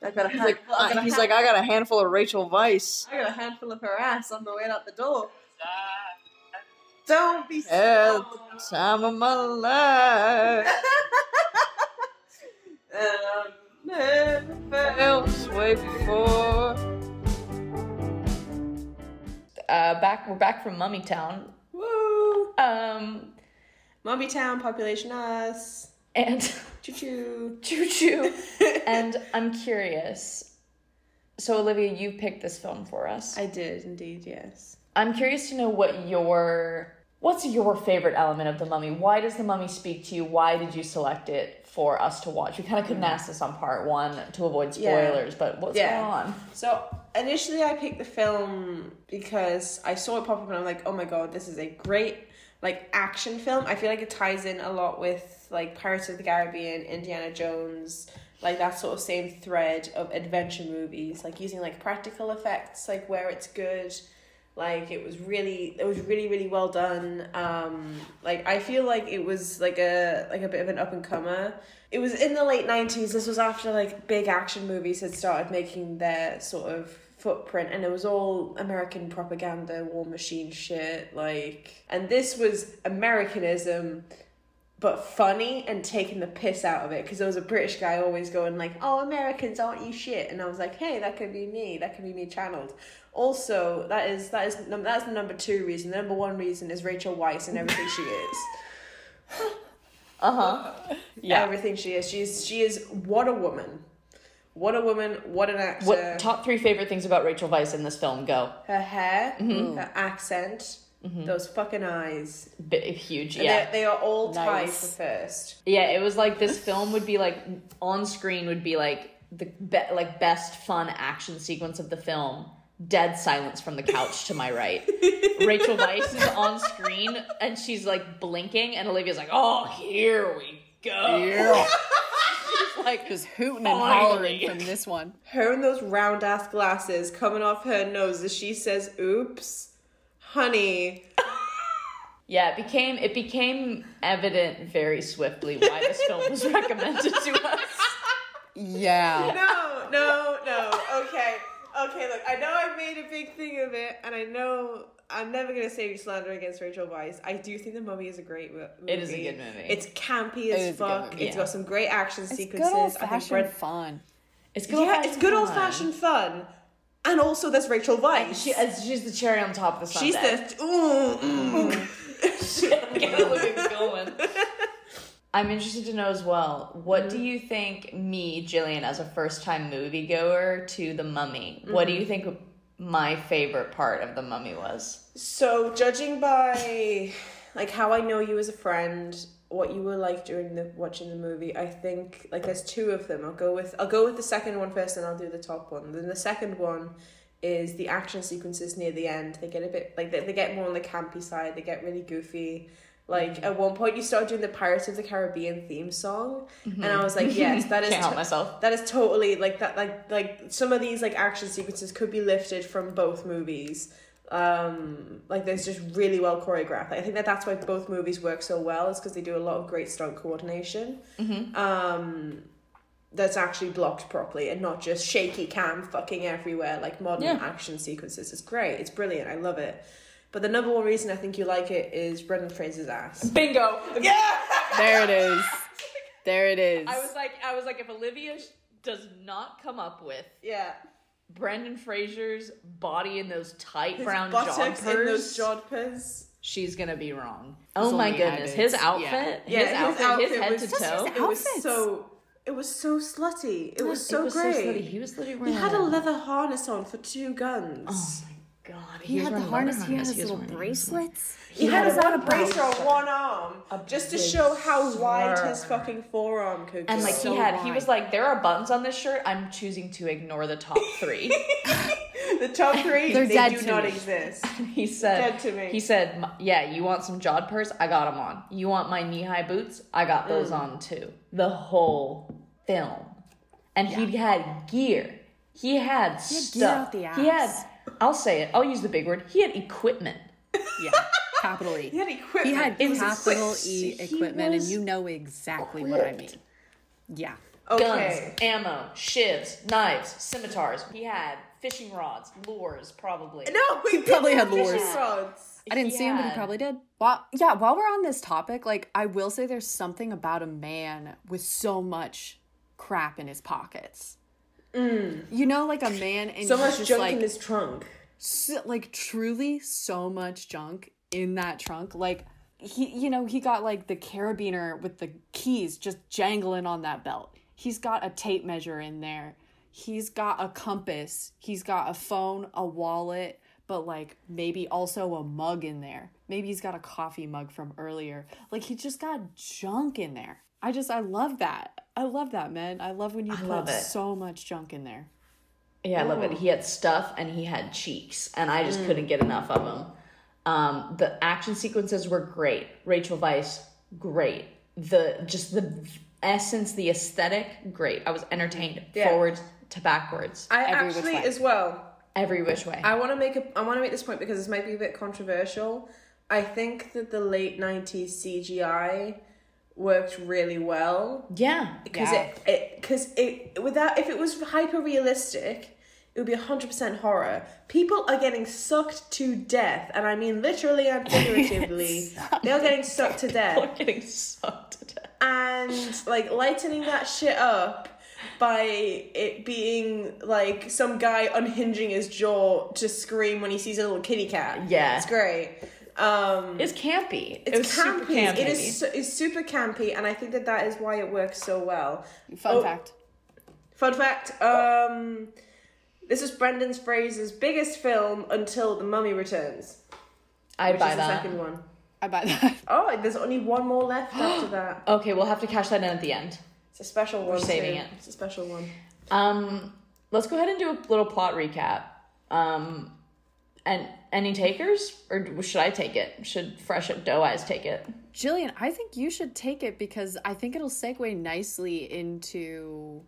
Speaker 3: I got a
Speaker 5: He's
Speaker 3: hand,
Speaker 5: like,
Speaker 3: I got
Speaker 5: uh,
Speaker 3: a
Speaker 5: he's
Speaker 3: hand-
Speaker 5: like, I got a handful of Rachel Vice.
Speaker 3: I got a handful of her ass on the way out the door. Don't be
Speaker 5: At
Speaker 3: so.
Speaker 5: the time of my life,
Speaker 3: Um, never felt
Speaker 5: else way before.
Speaker 2: Uh, back we're back from Mummy Town.
Speaker 3: Woo!
Speaker 2: Um,
Speaker 3: Mummy Town, population us.
Speaker 2: and
Speaker 3: Choo choo.
Speaker 2: choo choo. and I'm curious. So Olivia, you picked this film for us.
Speaker 3: I did indeed, yes.
Speaker 2: I'm curious to know what your what's your favorite element of the mummy? Why does the mummy speak to you? Why did you select it for us to watch? We kind of couldn't ask this on part one to avoid
Speaker 3: Yeah.
Speaker 2: spoilers, but what's
Speaker 3: Yeah.
Speaker 2: going on?
Speaker 3: So initially, I picked the film because I saw it pop up and I'm like, oh my god, this is a great like action film. I feel like it ties in a lot with like Pirates of the Caribbean, Indiana Jones, like that sort of same thread of adventure movies, like using like practical effects, like where it's good. Like it was really, it was really, really well done. Um, like I feel like it was like a like a bit of an up and comer it was in the late 90s this was after like big action movies had started making their sort of footprint and it was all american propaganda war machine shit like and this was americanism but funny and taking the piss out of it because there was a british guy always going like oh americans aren't you shit and i was like hey that could be me that could be me channeled also that is that is num- that's the number two reason the number one reason is rachel weisz and everything she is
Speaker 5: Uh
Speaker 3: Uh-huh.
Speaker 5: huh. Yeah.
Speaker 3: everything she is. She's she is what a woman. What a woman, what an actor.
Speaker 2: What top three favorite things about Rachel Weisz in this film? Go
Speaker 3: her hair,
Speaker 2: Mm-hmm.
Speaker 3: her accent, those fucking eyes.
Speaker 2: Bit, huge, Mm-hmm.
Speaker 3: And
Speaker 2: yeah.
Speaker 3: they- They are all tied for
Speaker 2: Nice.
Speaker 3: first.
Speaker 2: Yeah, it was like this film would be like on screen would be like the be- like best fun action sequence of the film. Dead silence from the couch to my right. Rachel Weisz is on screen and she's like blinking, and Olivia's like, "Oh, here we go." She's like,
Speaker 1: Just hooting and
Speaker 2: Finally.
Speaker 1: hollering from this one.
Speaker 3: Her and those round ass glasses coming off her nose as she says, oops, honey.
Speaker 2: yeah, it became it became evident very swiftly why this film was recommended to us.
Speaker 1: Yeah.
Speaker 3: No, no, no. Okay. Okay, look, I know I made a big thing of it, and I know I'm never going to say slander against Rachel Weisz. I do think The Mummy is a great mo- movie.
Speaker 2: It is a good movie.
Speaker 3: It's campy
Speaker 1: is a good
Speaker 3: as fuck.
Speaker 1: movie,
Speaker 3: It's
Speaker 2: yeah.
Speaker 3: got some great action
Speaker 1: It's
Speaker 3: sequences.
Speaker 1: good old
Speaker 3: I think
Speaker 1: fashioned
Speaker 3: Brad-
Speaker 1: fun.
Speaker 2: it's good
Speaker 3: yeah, it's good old
Speaker 2: fun.
Speaker 3: fashioned fun. And also, that's Rachel Weisz.
Speaker 2: She, as she's the cherry on top of the sundae.
Speaker 3: She's the. Ooh, mm.
Speaker 2: Get Olivia going. I'm interested to know as well. What do you think, me, Jillian, as a first time moviegoer to The Mummy? What do you think my favorite part of The Mummy was?
Speaker 3: So, judging by like how I know you as a friend, what you were like during the watching the movie, I think like there's two of them. I'll go with I'll go with the second one first, and I'll do the top one. Then the second one is the action sequences near the end. They get a bit like they, they get more on the campy side. They get really goofy.
Speaker 2: Mm-hmm.
Speaker 3: Like at one point, you start doing the Pirates of the Caribbean theme song, and I was like, yes, that is
Speaker 2: Can't help
Speaker 3: to-
Speaker 2: myself.
Speaker 3: that is totally like that like like some of these like action sequences could be lifted from both movies um like there's just really well choreographed Like, i think that that's why both movies work so well is because they do a lot of great stunt coordination
Speaker 2: Mm-hmm.
Speaker 3: um that's actually blocked properly and not just shaky cam fucking everywhere like modern
Speaker 2: Yeah.
Speaker 3: action sequences it's great it's brilliant i love it but the number one reason i think you like it is brendan fraser's ass
Speaker 2: Bingo!
Speaker 1: There it is. There it is.
Speaker 2: I was like, I was like, if Olivia sh- does not come up with
Speaker 3: yeah
Speaker 2: Brendan Fraser's body in those tight brown
Speaker 3: buttocks
Speaker 2: jumpers,
Speaker 3: in those jodpers
Speaker 2: she's gonna be wrong.
Speaker 1: His
Speaker 2: Oh my
Speaker 1: only
Speaker 2: goodness,
Speaker 1: eyelids.
Speaker 2: his
Speaker 1: Yeah.
Speaker 2: outfit,
Speaker 3: Yeah,
Speaker 2: his, outfit, his head
Speaker 3: was
Speaker 2: to
Speaker 3: just-
Speaker 2: toe.
Speaker 1: his
Speaker 3: It was
Speaker 1: outfits.
Speaker 3: so. It was so slutty. It was so
Speaker 2: It was
Speaker 3: great.
Speaker 2: slutty. He was literally
Speaker 3: he
Speaker 2: wearing
Speaker 3: had
Speaker 2: a-
Speaker 3: a leather harness on for two guns.
Speaker 2: God,
Speaker 1: He had the harness. He had his little bracelets. He,
Speaker 3: He had
Speaker 1: us
Speaker 3: his
Speaker 1: on
Speaker 3: own bracer on one arm just to show how wide his fucking forearm could go.
Speaker 2: And like
Speaker 1: So
Speaker 2: he had, he
Speaker 1: wide.
Speaker 2: was like, there are buttons on this shirt. I'm choosing to ignore the top three.
Speaker 3: the top three,
Speaker 1: They're
Speaker 3: they
Speaker 1: dead
Speaker 3: do
Speaker 1: to
Speaker 3: not
Speaker 1: me.
Speaker 3: exist.
Speaker 2: he said,
Speaker 3: Dead to me.
Speaker 2: he said, "M- yeah, you want some jodhpurs? I got them on. You want my knee high boots? I got those on too. The whole film, and he had gear. He had
Speaker 1: gear
Speaker 2: stuff.
Speaker 1: out the
Speaker 2: He had.
Speaker 1: ass.
Speaker 2: I'll say it. I'll use the big word. He had equipment.
Speaker 1: Yeah, capital E.
Speaker 3: He had equipment.
Speaker 1: He had
Speaker 2: was
Speaker 1: capital
Speaker 2: equipped.
Speaker 1: E
Speaker 2: He
Speaker 1: equipment, and
Speaker 2: was
Speaker 1: you know exactly what I mean. Yeah.
Speaker 2: Guns,
Speaker 3: okay.
Speaker 2: ammo, shivs, knives, scimitars. He had fishing rods, lures, probably.
Speaker 3: No, he
Speaker 1: probably had lures.
Speaker 3: rods.
Speaker 1: I didn't see him, but he
Speaker 2: Yeah.
Speaker 1: probably did. While, yeah, while we're on this topic, like I will say there's something about a man with so much crap in his pockets. You know, like a man and
Speaker 3: Mm. So much
Speaker 1: just
Speaker 3: junk
Speaker 1: like
Speaker 3: in his trunk.
Speaker 1: s- like truly so much junk in that trunk. Like he, you know, he got like the carabiner with the keys just jangling on that belt. He's got a tape measure in there. He's got a compass. He's got a phone, a wallet, but like maybe also a mug in there. Maybe he's got a coffee mug from earlier. Like he just got junk in there. I just I love that. I love that, man. I love when you
Speaker 2: love
Speaker 1: put
Speaker 2: it.
Speaker 1: so much junk in there.
Speaker 2: Yeah, I love
Speaker 3: Mm.
Speaker 2: it. He had stuff and he had cheeks, and I just couldn't get enough of him. Um, the action sequences were great. Rachel Vice, great. The just the essence, the aesthetic, great. I was entertained
Speaker 3: Yeah.
Speaker 2: forward to backwards,
Speaker 3: I
Speaker 1: Every which
Speaker 3: actually,
Speaker 1: way.
Speaker 3: as well,
Speaker 2: every which way.
Speaker 3: I want to make a, I want to make this point because this might be a bit controversial. I think that the late '90s CGI worked really well
Speaker 2: yeah,
Speaker 3: because it because it, without if it was hyper realistic it would be 100% horror people are getting sucked to death and i mean literally and figuratively they are getting sucked to death
Speaker 2: I'm getting sucked to death.
Speaker 3: and like lightening that shit up by it being like some guy unhinging his jaw to scream when he sees a little kitty cat
Speaker 2: Yeah.
Speaker 3: it's great um
Speaker 2: It's campy. it was
Speaker 3: it's campy.
Speaker 2: super campy.
Speaker 3: It is so, it's super campy, and I think that that is why it works so well.
Speaker 1: Fun
Speaker 3: Oh,
Speaker 1: fact.
Speaker 3: Fun fact: um, This is Brendan Fraser's biggest film until The Mummy Returns,
Speaker 2: I
Speaker 3: which
Speaker 2: buy
Speaker 3: is the
Speaker 2: that.
Speaker 3: second one.
Speaker 1: I buy that.
Speaker 3: Oh, and there's only one more left after that.
Speaker 2: Okay, we'll have to cash that in at the end.
Speaker 3: It's a special one.
Speaker 2: saving
Speaker 3: too.
Speaker 2: it.
Speaker 3: It's a special one.
Speaker 2: Um, let's go ahead and do a little plot recap. Um, and any takers, or do- should I take it? Should Fresh Doe Eyes take it?
Speaker 1: Jillian, I think you should take it because I think it'll segue nicely into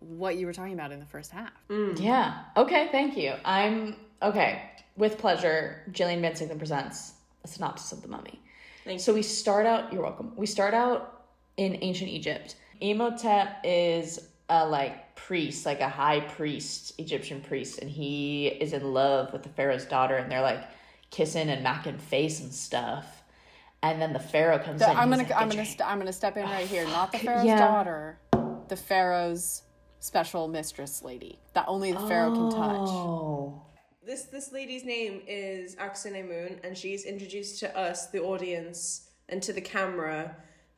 Speaker 1: what you were talking about in the first half.
Speaker 2: Yeah. Okay. Thank you. I'm okay with pleasure. Jillian Van Sington presents a synopsis of the Mummy. so we start out. You're welcome. We start out in ancient Egypt. Imhotep is a like priest, like a high priest, Egyptian priest, and he is in love with the pharaoh's daughter, and they're like kissing and macking face and stuff. And then the pharaoh comes in.
Speaker 1: I'm
Speaker 2: and
Speaker 1: gonna,
Speaker 2: he's like,
Speaker 1: I'm
Speaker 2: "Get your
Speaker 1: gonna, st- I'm gonna step in right here. Not the pharaoh's
Speaker 2: yeah.
Speaker 1: daughter, the pharaoh's special mistress lady that only the pharaoh can touch.
Speaker 2: Oh.
Speaker 3: This this lady's name is Aksine Moon, and she's introduced to us, the audience, and to the camera,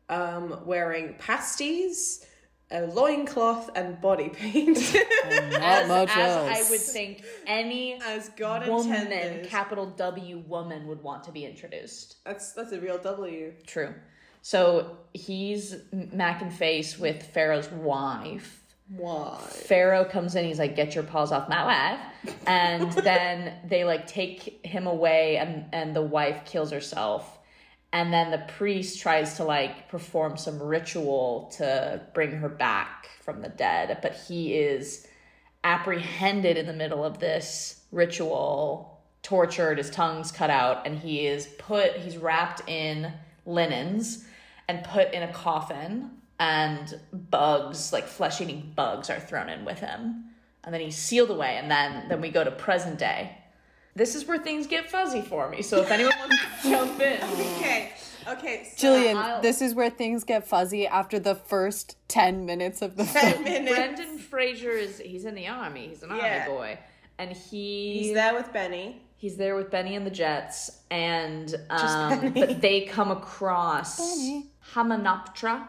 Speaker 3: um, wearing pasties, a loincloth, and body paint.
Speaker 1: Not much
Speaker 2: As I
Speaker 1: else.
Speaker 2: would think any
Speaker 3: As God
Speaker 2: woman,
Speaker 3: intended.
Speaker 2: capital W woman, would want to be introduced.
Speaker 3: that's that's a real W.
Speaker 2: True. So he's mac and face with Pharaoh's wife.
Speaker 3: Why?
Speaker 2: Pharaoh comes in, he's like, "Get your paws off my wife!" And then they like take him away, and and the wife kills herself. And then the priest tries to like perform some ritual to bring her back from the dead, but he is apprehended in the middle of this ritual, tortured, his tongue's cut out, and he is put, he's wrapped in linens and put in a coffin, and bugs, like flesh eating bugs, are thrown in with him. And then he's sealed away, and then, then we go to present day. This is where things get fuzzy for me, so if anyone wants to jump in.
Speaker 3: Okay. Okay. So
Speaker 1: Jillian,
Speaker 2: I'll-
Speaker 1: this is where things get fuzzy after the first ten minutes of the
Speaker 3: ten
Speaker 1: film.
Speaker 3: minutes.
Speaker 2: Brendan Fraser is, he's in the army, he's an
Speaker 3: Yeah.
Speaker 2: army boy. And he
Speaker 3: He's there with Benny.
Speaker 2: He's there with Benny and the Jets, and um, but they come across Hamanoptra,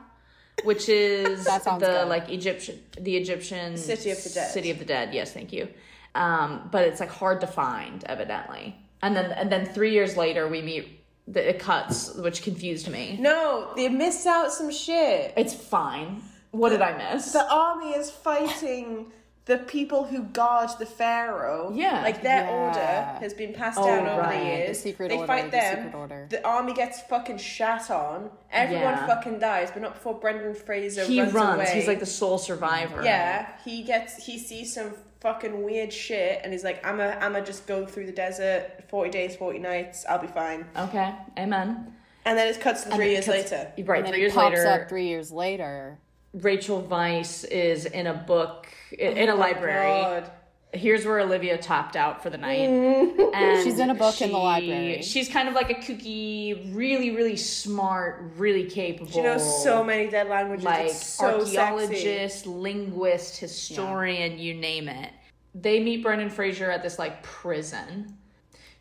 Speaker 2: which is
Speaker 1: That
Speaker 2: the
Speaker 1: sounds good.
Speaker 2: like Egyptian, the Egyptian
Speaker 3: City of the Dead.
Speaker 2: City of the Dead. Yes, thank you. um, but it's like hard to find, evidently. And then and then three years later, we meet. The, it cuts, which confused me.
Speaker 3: No, they missed out some shit.
Speaker 2: It's fine. What did I miss?
Speaker 3: The army is fighting the people who guard the pharaoh.
Speaker 2: Yeah.
Speaker 3: like their
Speaker 1: Yeah.
Speaker 3: order has been passed
Speaker 2: Oh,
Speaker 3: down over
Speaker 2: right.
Speaker 3: the
Speaker 2: The
Speaker 3: years.
Speaker 1: secret
Speaker 3: they
Speaker 1: order,
Speaker 3: fight
Speaker 1: the
Speaker 3: them.
Speaker 1: secret order.
Speaker 3: The army gets fucking shat on. Everyone
Speaker 2: Yeah.
Speaker 3: fucking dies, but not before Brendan Fraser
Speaker 2: he runs.
Speaker 3: away.
Speaker 2: He's like the sole survivor.
Speaker 3: Yeah, he gets he sees some fucking weird shit and he's like, I'ma I'ma just go through the desert, forty days, forty nights, I'll be fine.
Speaker 2: Okay. Amen.
Speaker 3: And then it cuts to three years later.
Speaker 2: Right.
Speaker 1: And then
Speaker 2: three
Speaker 1: he
Speaker 2: years
Speaker 1: pops
Speaker 2: later,
Speaker 1: up three years later.
Speaker 2: Rachel Weiss is in a book in, in a library.
Speaker 3: Oh God.
Speaker 2: Here's where Olivia topped out for the night.
Speaker 3: Mm.
Speaker 2: And
Speaker 1: She's in a book in the library.
Speaker 2: She's kind of like a kooky, really, really smart, really capable.
Speaker 3: You know so many dead languages.
Speaker 2: Oh. like
Speaker 3: it's so sexy.
Speaker 2: archaeologist, linguist, historian, you name it. They meet Brendan Fraser at this like prison.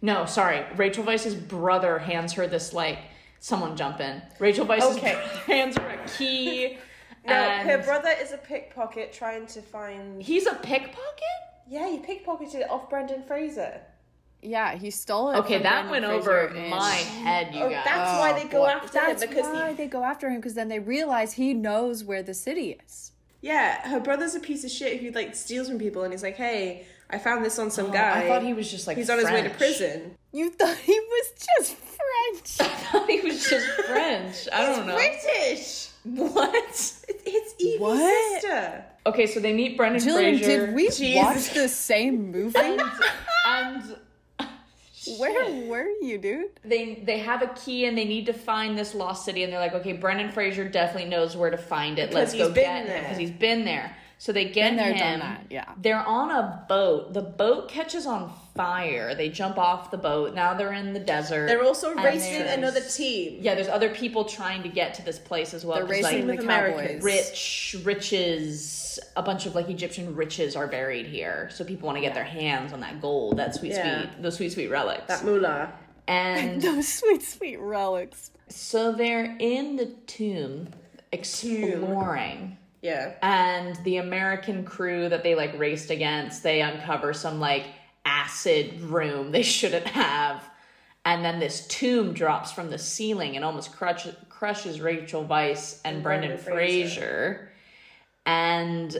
Speaker 2: No, sorry, Rachel Vice's brother hands her this like someone jump in. Rachel Vice's
Speaker 3: Okay.
Speaker 2: brother hands her a key.
Speaker 3: No,
Speaker 2: and
Speaker 3: her brother is a pickpocket trying to find
Speaker 2: He's a pickpocket.
Speaker 3: Yeah, he pickpocketed it off Brendan Fraser.
Speaker 1: Yeah, he stole it.
Speaker 2: Okay,
Speaker 1: from
Speaker 2: that
Speaker 1: Brendan
Speaker 2: went
Speaker 1: Fraser
Speaker 2: over
Speaker 1: in-
Speaker 2: my head, you
Speaker 3: Oh,
Speaker 2: guys.
Speaker 3: that's why they go after him
Speaker 1: That's
Speaker 3: because he
Speaker 1: why they go after him because then they realize he knows where the city is.
Speaker 3: Yeah, her brother's a piece of shit who like steals from people, and he's like, "Hey, I found this on some
Speaker 2: Oh,
Speaker 3: guy.
Speaker 2: I thought he was just like
Speaker 3: he's on his way to
Speaker 2: French.
Speaker 3: prison."
Speaker 1: You thought he was just French.
Speaker 2: I thought he was just French. I don't know
Speaker 3: British.
Speaker 2: what.
Speaker 3: It's, it's Evie's
Speaker 1: What?
Speaker 3: sister.
Speaker 2: Okay, so they meet Brendan
Speaker 1: Jillian,
Speaker 2: Fraser.
Speaker 1: did we
Speaker 3: Jesus.
Speaker 1: watch the same movie?
Speaker 2: and
Speaker 1: Where were you, dude?
Speaker 2: they they have a key and they need to find this lost city and they're like, okay, Brendan Fraser definitely knows where to find it. Let's
Speaker 3: Because he's
Speaker 2: go
Speaker 3: been
Speaker 2: get
Speaker 3: there.
Speaker 2: him because he's been there. So they get
Speaker 1: Been there,
Speaker 2: him.
Speaker 1: done that, yeah.
Speaker 2: They're on a boat. The boat catches on fire. They jump off the boat. Now they're in the desert.
Speaker 3: They're also
Speaker 2: And
Speaker 3: racing
Speaker 2: there's-
Speaker 3: another team.
Speaker 2: Yeah, there's other people trying to get to this place as well.
Speaker 1: They're
Speaker 2: 'cause,
Speaker 1: racing
Speaker 2: like,
Speaker 1: the
Speaker 3: with
Speaker 1: Cowboys.
Speaker 3: Americans.
Speaker 2: rich riches. A bunch of like Egyptian riches are buried here, so people want to get their hands on that gold, that sweet,
Speaker 3: Yeah.
Speaker 2: sweet, those sweet, sweet relics.
Speaker 3: That mullah.
Speaker 2: and
Speaker 1: Those sweet, sweet relics.
Speaker 2: So they're in the tomb exploring.
Speaker 3: Yeah.
Speaker 2: And the American crew that they like raced against, they uncover some like acid room they shouldn't have. And then this tomb drops from the ceiling and almost crutch- crushes Rachel Weiss and Brendan,
Speaker 3: Brendan
Speaker 2: Fraser.
Speaker 3: Fraser.
Speaker 2: And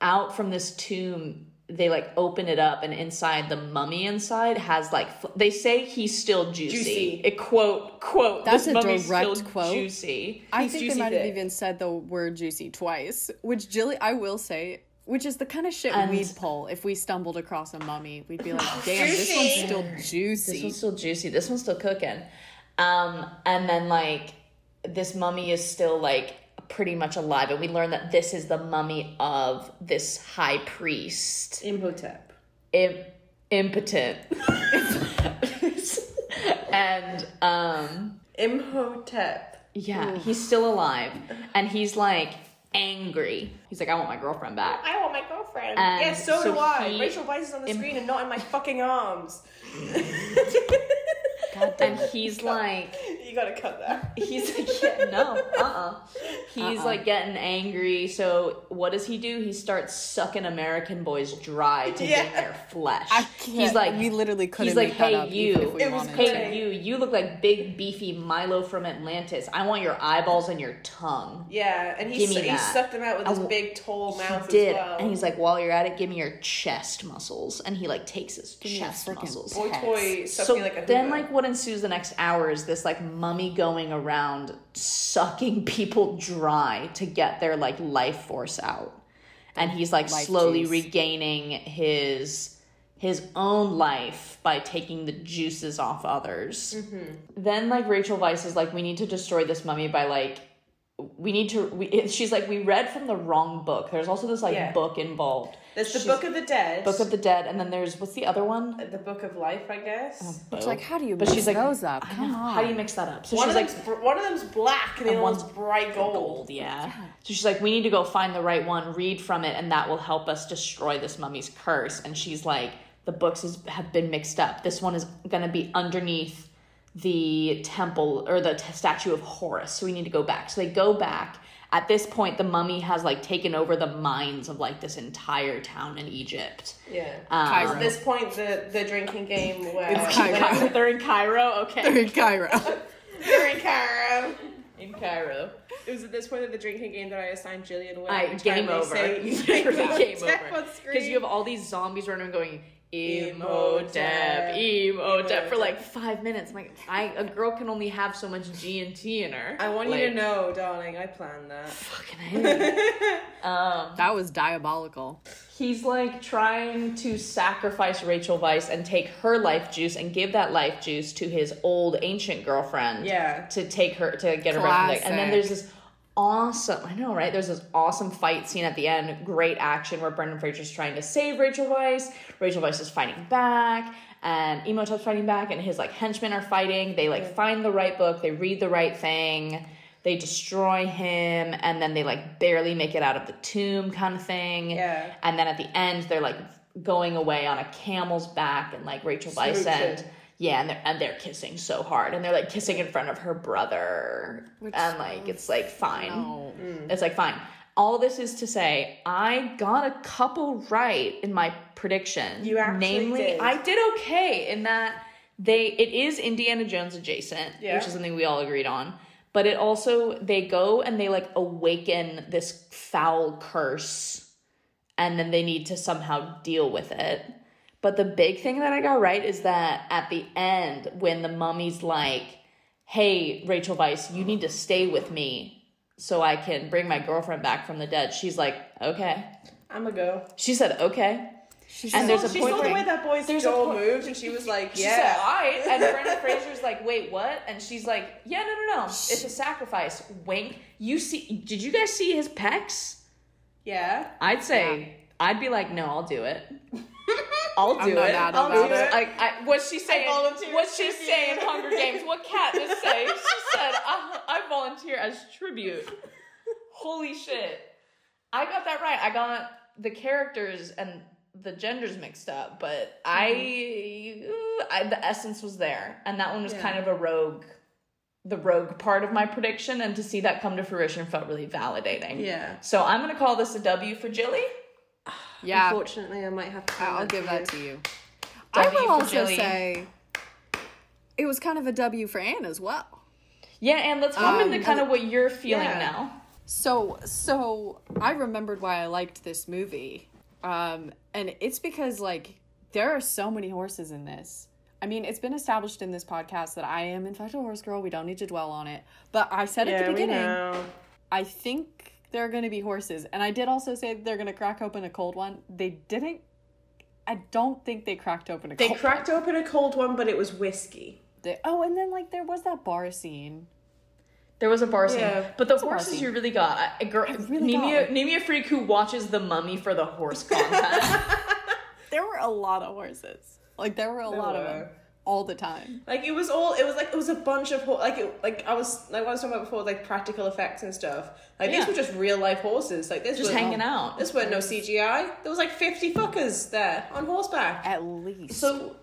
Speaker 2: out from this tomb, they like open it up, and inside the mummy inside has like fl- they say he's still juicy.
Speaker 3: Juicy.
Speaker 2: It quote quote
Speaker 1: That's
Speaker 2: this
Speaker 1: a
Speaker 2: mummy's
Speaker 1: direct
Speaker 2: still
Speaker 1: quote.
Speaker 2: Juicy.
Speaker 1: I
Speaker 3: He's
Speaker 1: think they
Speaker 3: juicy
Speaker 1: might have
Speaker 3: thick.
Speaker 1: even said the word juicy twice, which Jilly, I will say, which is the kind of shit
Speaker 2: And-
Speaker 1: we'd pull if we stumbled across a mummy. We'd be like, damn, this one's
Speaker 3: Juicy.
Speaker 1: still
Speaker 2: This
Speaker 1: juicy.
Speaker 2: one's still juicy. This one's still cooking. Um, and then like this mummy is still like pretty much alive, and we learn that this is the mummy of this high priest,
Speaker 3: Imhotep.
Speaker 2: Im- impotent, and um.
Speaker 3: Imhotep.
Speaker 2: Yeah, he's still alive, and he's like angry. He's like, I want my girlfriend back.
Speaker 3: I want my girlfriend.
Speaker 2: And
Speaker 3: yeah, so,
Speaker 2: Um, so
Speaker 3: do I.
Speaker 2: he-
Speaker 3: Rachel Weisz is on the
Speaker 2: Im-
Speaker 3: screen and not in my fucking arms.
Speaker 2: And he's like,
Speaker 3: you gotta cut that.
Speaker 2: he's like, yeah, no, uh, uh He's
Speaker 1: Uh-uh.
Speaker 2: like getting angry. So what does he do? He starts sucking American boys dry to
Speaker 3: Yeah.
Speaker 2: gain their flesh.
Speaker 1: I can't,
Speaker 2: he's like,
Speaker 1: we literally couldn't
Speaker 2: he's like,
Speaker 1: make that
Speaker 2: hey,
Speaker 1: up
Speaker 2: you.
Speaker 1: even if we
Speaker 3: It was
Speaker 1: wanted
Speaker 3: great.
Speaker 1: to.
Speaker 2: Hey, you, you look like big beefy Milo from Atlantis. I want your eyeballs and your tongue.
Speaker 3: Yeah, and he,
Speaker 2: Give me
Speaker 3: su- he
Speaker 2: that.
Speaker 3: sucked him out with
Speaker 2: I
Speaker 3: his
Speaker 2: will-
Speaker 3: big, tall mouth
Speaker 2: He did,
Speaker 3: as well.
Speaker 2: and he's like, "While you're at it, give me your chest muscles." And he like takes his
Speaker 1: me your
Speaker 2: chest
Speaker 1: frickin'
Speaker 2: muscles.
Speaker 3: Boy toy sucked
Speaker 2: so
Speaker 3: me like a
Speaker 2: then,
Speaker 3: hoover.
Speaker 2: like, what ensues the next hour is this like mummy going around sucking people dry to get their like life force out, and he's like
Speaker 1: Life
Speaker 2: slowly
Speaker 1: juice.
Speaker 2: regaining his his own life by taking the juices off others.
Speaker 1: Mm-hmm.
Speaker 2: Then, like, Rachel Weiss is like, "We need to destroy this mummy by like." We need to. We, she's like, we read from the wrong book. There's also this like
Speaker 3: Yeah.
Speaker 2: book involved,
Speaker 3: There's the
Speaker 2: She's-
Speaker 3: Book of the Dead.
Speaker 2: Book of the Dead, and then there's what's the other one?
Speaker 3: the Book of Life, I guess.
Speaker 2: Oh.
Speaker 1: It's like, how do you
Speaker 2: But
Speaker 1: mix
Speaker 2: she's like,
Speaker 1: those up?
Speaker 2: I
Speaker 1: Come
Speaker 2: know.
Speaker 1: on.
Speaker 2: How do you mix that up? So
Speaker 3: One
Speaker 2: she's
Speaker 3: of,
Speaker 2: like,
Speaker 3: them's, br- one of them's black and the
Speaker 2: And
Speaker 3: other one's
Speaker 2: one's
Speaker 3: bright gold.
Speaker 2: gold, yeah. So she's like, we need to go find the right one, read from it, and that will help us destroy this mummy's curse. And she's like, the books is, have been mixed up. This one is going to be underneath the temple or the t- statue of Horus. So we need to go back. So they go back, At this point, the mummy has like taken over the minds of like this entire town in Egypt.
Speaker 3: Yeah.
Speaker 2: Um,
Speaker 1: Cairo.
Speaker 3: At this point, the, the drinking game where
Speaker 1: It's Cairo.
Speaker 3: whenever-
Speaker 2: They're in Cairo. Okay.
Speaker 1: in Cairo.
Speaker 3: They're in Cairo.
Speaker 2: in Cairo.
Speaker 3: It was at this point of the drinking game that I assigned Jillian with.
Speaker 2: I game over. game over. Because you have all these zombies running around going emotep,
Speaker 3: Emotep,
Speaker 2: emotep for
Speaker 3: Emotep.
Speaker 2: like five minutes. I'm like, I a girl can only have so much G and T in her.
Speaker 3: I want
Speaker 2: like,
Speaker 3: you to know, darling, I planned
Speaker 2: Fucking hell.
Speaker 3: that.
Speaker 2: um,
Speaker 1: That was diabolical.
Speaker 2: he's like trying to sacrifice Rachel Weiss and take her life juice and give that life juice to his old ancient girlfriend.
Speaker 3: yeah.
Speaker 2: to take her to get her back. from the- And then
Speaker 1: Classic.
Speaker 2: there's this awesome, I know, right? There's this awesome fight scene at the end, great action where Brendan Fraser's trying to save Rachel Weiss. Rachel Weiss is fighting back, and Emotep's fighting back, and his like henchmen are fighting. They like find the right book, they read the right thing. They destroy him and then they like barely make it out of the tomb, kind of thing.
Speaker 3: Yeah.
Speaker 2: And then at the end, they're like going away on a camel's back, and like Rachel Weiss
Speaker 3: Smooching.
Speaker 2: and yeah, and they're and they're kissing so hard, and they're like kissing in front of her brother, and like it's like fine, Mm.
Speaker 1: No.
Speaker 2: it's like fine. All this is to say, I got a couple right in my prediction.
Speaker 3: You actually
Speaker 2: namely,
Speaker 3: did.
Speaker 2: I did okay in that they it is Indiana Jones adjacent,
Speaker 3: Yeah.
Speaker 2: which is something we all agreed on. But it also they go and they like awaken this foul curse and then they need to somehow deal with it. But the big thing that I got right is that at the end, when the mummy's like, hey, Rachel Weiss, you need to stay with me so I can bring my girlfriend back from the dead, she's like, okay.
Speaker 3: I'm a go.
Speaker 2: She said, okay.
Speaker 1: She's
Speaker 2: And there's a
Speaker 3: she
Speaker 2: point
Speaker 3: saw the
Speaker 2: where-
Speaker 3: way that boy's
Speaker 2: there's a
Speaker 3: jaw
Speaker 2: point-
Speaker 3: moved, and she was like,
Speaker 2: She said, "Ah."
Speaker 3: "Yeah."
Speaker 2: all right. And Brendan Fraser's like, wait, what? And she's like, yeah, no, no, no. It's a sacrifice. Wink. You see, did you guys see his pecs?
Speaker 3: Yeah.
Speaker 2: I'd say I'd be like, no, I'll do it. I'll
Speaker 1: I'm
Speaker 2: do
Speaker 1: not
Speaker 2: it.
Speaker 1: mad
Speaker 2: I'll
Speaker 1: about
Speaker 2: do
Speaker 3: it.
Speaker 2: Like, I, what's she saying?
Speaker 3: volunteer
Speaker 2: What's
Speaker 3: as
Speaker 2: she
Speaker 3: tribute.
Speaker 2: saying? in Hunger Games. What cat just say? She said, I, "I volunteer as tribute." Holy shit! I got that right. I got the characters and the genders mixed up, but I, I the essence was there, and that one was
Speaker 3: Yeah.
Speaker 2: kind of a rogue, the rogue part of my prediction, and to see that come to fruition felt really validating.
Speaker 3: Yeah.
Speaker 2: So I'm gonna call this a W for Jilly. Ah.
Speaker 1: yeah.
Speaker 3: Unfortunately, I might have to.
Speaker 1: I'll
Speaker 3: comment
Speaker 1: give that
Speaker 3: here.
Speaker 1: to you. I
Speaker 2: W
Speaker 1: will
Speaker 2: for
Speaker 1: also
Speaker 2: Jilly.
Speaker 1: say it was kind of a W for Anne as well.
Speaker 2: Yeah, and let's hop
Speaker 1: Um,
Speaker 2: into kind of what you're feeling
Speaker 3: yeah.
Speaker 2: now.
Speaker 1: So, so I remembered why I liked this movie. Um, and it's because like there are so many horses in this. I mean, it's been established in this podcast that I am in fact a horse girl. We don't need to dwell on it. But I said at
Speaker 3: Yeah,
Speaker 1: the
Speaker 3: we
Speaker 1: beginning,
Speaker 3: know.
Speaker 1: I think there are going to be horses. And I did also say they're going to crack open a cold one. They didn't I don't think they cracked open a
Speaker 3: They
Speaker 1: cold
Speaker 3: cracked open a cold one, but it was whiskey.
Speaker 1: They- oh, and then like there was that bar scene.
Speaker 2: There was a bar scene,
Speaker 3: Yeah,
Speaker 2: but the
Speaker 1: a bar
Speaker 2: horses
Speaker 1: scene.
Speaker 2: you really got. I- A girl,
Speaker 1: really
Speaker 2: name, me a,
Speaker 1: got.
Speaker 2: name me a freak who watches The Mummy for the horse content.
Speaker 1: There were a lot of horses. Like there were a lot of
Speaker 3: were.
Speaker 1: them all the time.
Speaker 3: Like it was all. It was like it was a bunch of hor like it, like I was like what I was talking about before, like practical effects and stuff. Like
Speaker 2: Yeah.
Speaker 3: these were just real life horses. Like this
Speaker 2: Just
Speaker 3: was
Speaker 2: hanging out.
Speaker 3: This weren't no CGI. There was like fifty fuckers there on horseback.
Speaker 1: At least.
Speaker 2: so,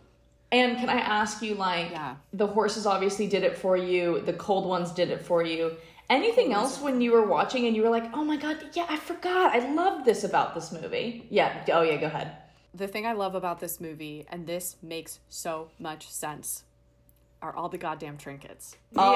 Speaker 2: and can I ask you, like,
Speaker 1: Yeah.
Speaker 2: the horses obviously did it for you. The cold ones did it for you. Anything else when you were watching and you were like, oh my god, yeah, I forgot. I love this about this movie. Yeah. Oh yeah. Go ahead.
Speaker 1: The thing I love about this movie, and this makes so much sense, are all the goddamn trinkets.
Speaker 2: Oh,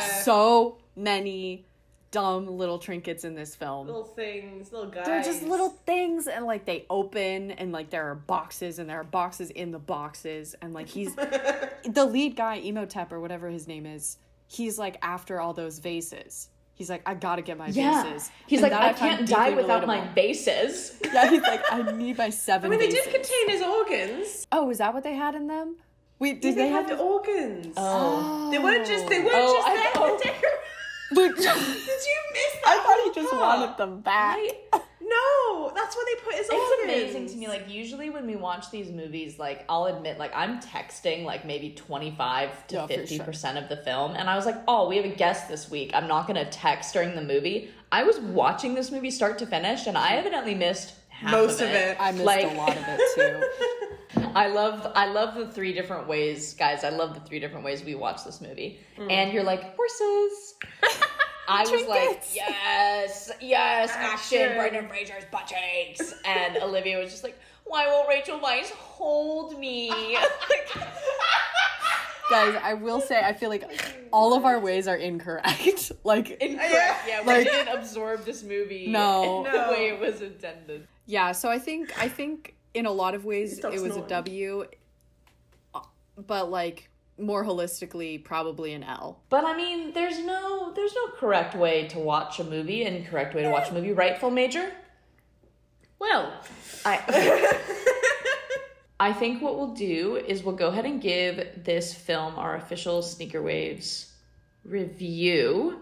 Speaker 1: So many dumb little trinkets in this film.
Speaker 3: little things, little guys.
Speaker 1: They're just little things, and like they open, and like there are boxes, and there are boxes in the boxes, and like he's the lead guy, Emotep or whatever his name is. He's like after all those vases. He's like, I gotta get my
Speaker 2: Yeah.
Speaker 1: vases.
Speaker 2: He's
Speaker 1: And
Speaker 2: like,
Speaker 1: that
Speaker 2: I
Speaker 1: find
Speaker 2: can't die
Speaker 1: deeply
Speaker 2: without
Speaker 1: relatable.
Speaker 2: my bases.
Speaker 1: Yeah, he's like, I need my
Speaker 3: I
Speaker 1: seven.
Speaker 3: mean, they did
Speaker 1: vases."
Speaker 3: contain his organs.
Speaker 1: Oh, is that what they had in them? Wait,
Speaker 3: Did
Speaker 1: did
Speaker 3: they,
Speaker 1: they,
Speaker 3: had
Speaker 1: have
Speaker 3: the organs?
Speaker 2: Oh.
Speaker 3: They weren't just. They weren't
Speaker 2: Oh,
Speaker 3: just
Speaker 2: I
Speaker 3: there
Speaker 2: thought-
Speaker 3: for decor-
Speaker 1: But
Speaker 3: Did you miss that?
Speaker 1: I thought he just
Speaker 3: whole part?
Speaker 1: wanted them back.
Speaker 3: No, that's where they put his
Speaker 2: It's
Speaker 3: organs.
Speaker 2: amazing to me. Like usually when we watch these movies, like I'll admit, like I'm texting like maybe twenty five to
Speaker 1: Yeah, for sure.
Speaker 2: fifty percent of the film, and I was like, oh, we have a guest this week. I'm not gonna text during the movie. I was watching this movie start to finish, and I evidently missed half
Speaker 3: Most
Speaker 2: of
Speaker 3: of
Speaker 2: it.
Speaker 3: it.
Speaker 1: I missed
Speaker 2: Like-
Speaker 1: a lot of it too.
Speaker 2: I love I love the three different Mm. ways, guys. I love the three different ways we watch this movie. And you're like horses. I was like,
Speaker 1: Trinkets.
Speaker 2: yes, yes, action,
Speaker 3: Action.
Speaker 2: Brendan Fraser's butt cheeks. And Olivia was just like, why won't Rachel Weisz hold me?
Speaker 1: Guys, I will say I feel like all of our ways are incorrect. like
Speaker 2: Incorrect. Yeah, we
Speaker 1: Like-
Speaker 2: didn't absorb this movie
Speaker 1: No.
Speaker 2: in the way it was intended.
Speaker 1: Yeah, so I think I think in a lot of ways it
Speaker 3: Stop
Speaker 1: was a
Speaker 3: snoring.
Speaker 1: W uh, but like more holistically probably an L.
Speaker 2: But I mean, there's no there's no correct way to watch a movie and correct way to watch a movie, right, full major? Well, I I think what we'll do is we'll go ahead and give this film our official Sneaker Waves review.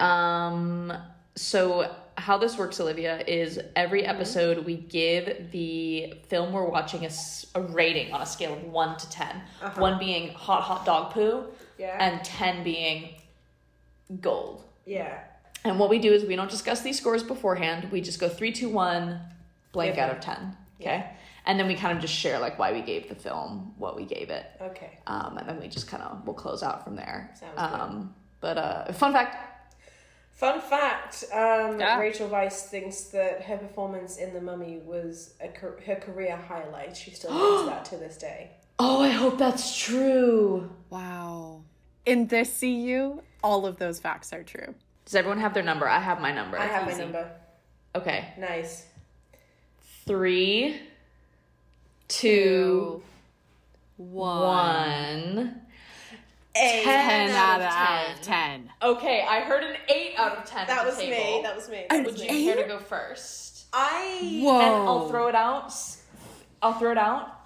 Speaker 2: Um so how this works, Olivia, is every episode we give the film we're watching a, s- a rating on a scale of one to 10 One being hot, hot dog poo,
Speaker 3: Yeah.
Speaker 2: and 10 being gold.
Speaker 3: yeah.
Speaker 2: And what we do is we don't discuss these scores beforehand. We just go three, two, one, blank out of 10. Okay. And then we kind of just share like why we gave the film what we gave it.
Speaker 3: Okay.
Speaker 2: Um, and then we just kind of will close out from there.
Speaker 3: Sounds good.
Speaker 2: um, But uh, fun fact
Speaker 3: Fun fact: um,
Speaker 2: Ah.
Speaker 1: Yeah.
Speaker 3: Rachel Weisz thinks that her performance in The Mummy was a, car- her career highlight. She still thinks that to this day.
Speaker 2: oh, I hope that's true.
Speaker 1: Wow. In this CU, all of those facts are true.
Speaker 2: Does everyone have their number? I have my number.
Speaker 3: I
Speaker 2: It's
Speaker 3: have my
Speaker 2: easy.
Speaker 3: number.
Speaker 2: Okay.
Speaker 3: Nice.
Speaker 2: Three, two,
Speaker 1: One.
Speaker 2: one.
Speaker 1: Ten out of,
Speaker 2: out of
Speaker 1: ten.
Speaker 2: Okay, I heard an eight out of ten.
Speaker 3: That
Speaker 2: at the
Speaker 3: was me.
Speaker 2: table.
Speaker 3: That was me.
Speaker 2: Would you care to go first?
Speaker 3: I
Speaker 1: Whoa.
Speaker 2: And I'll throw it out. I'll throw it out.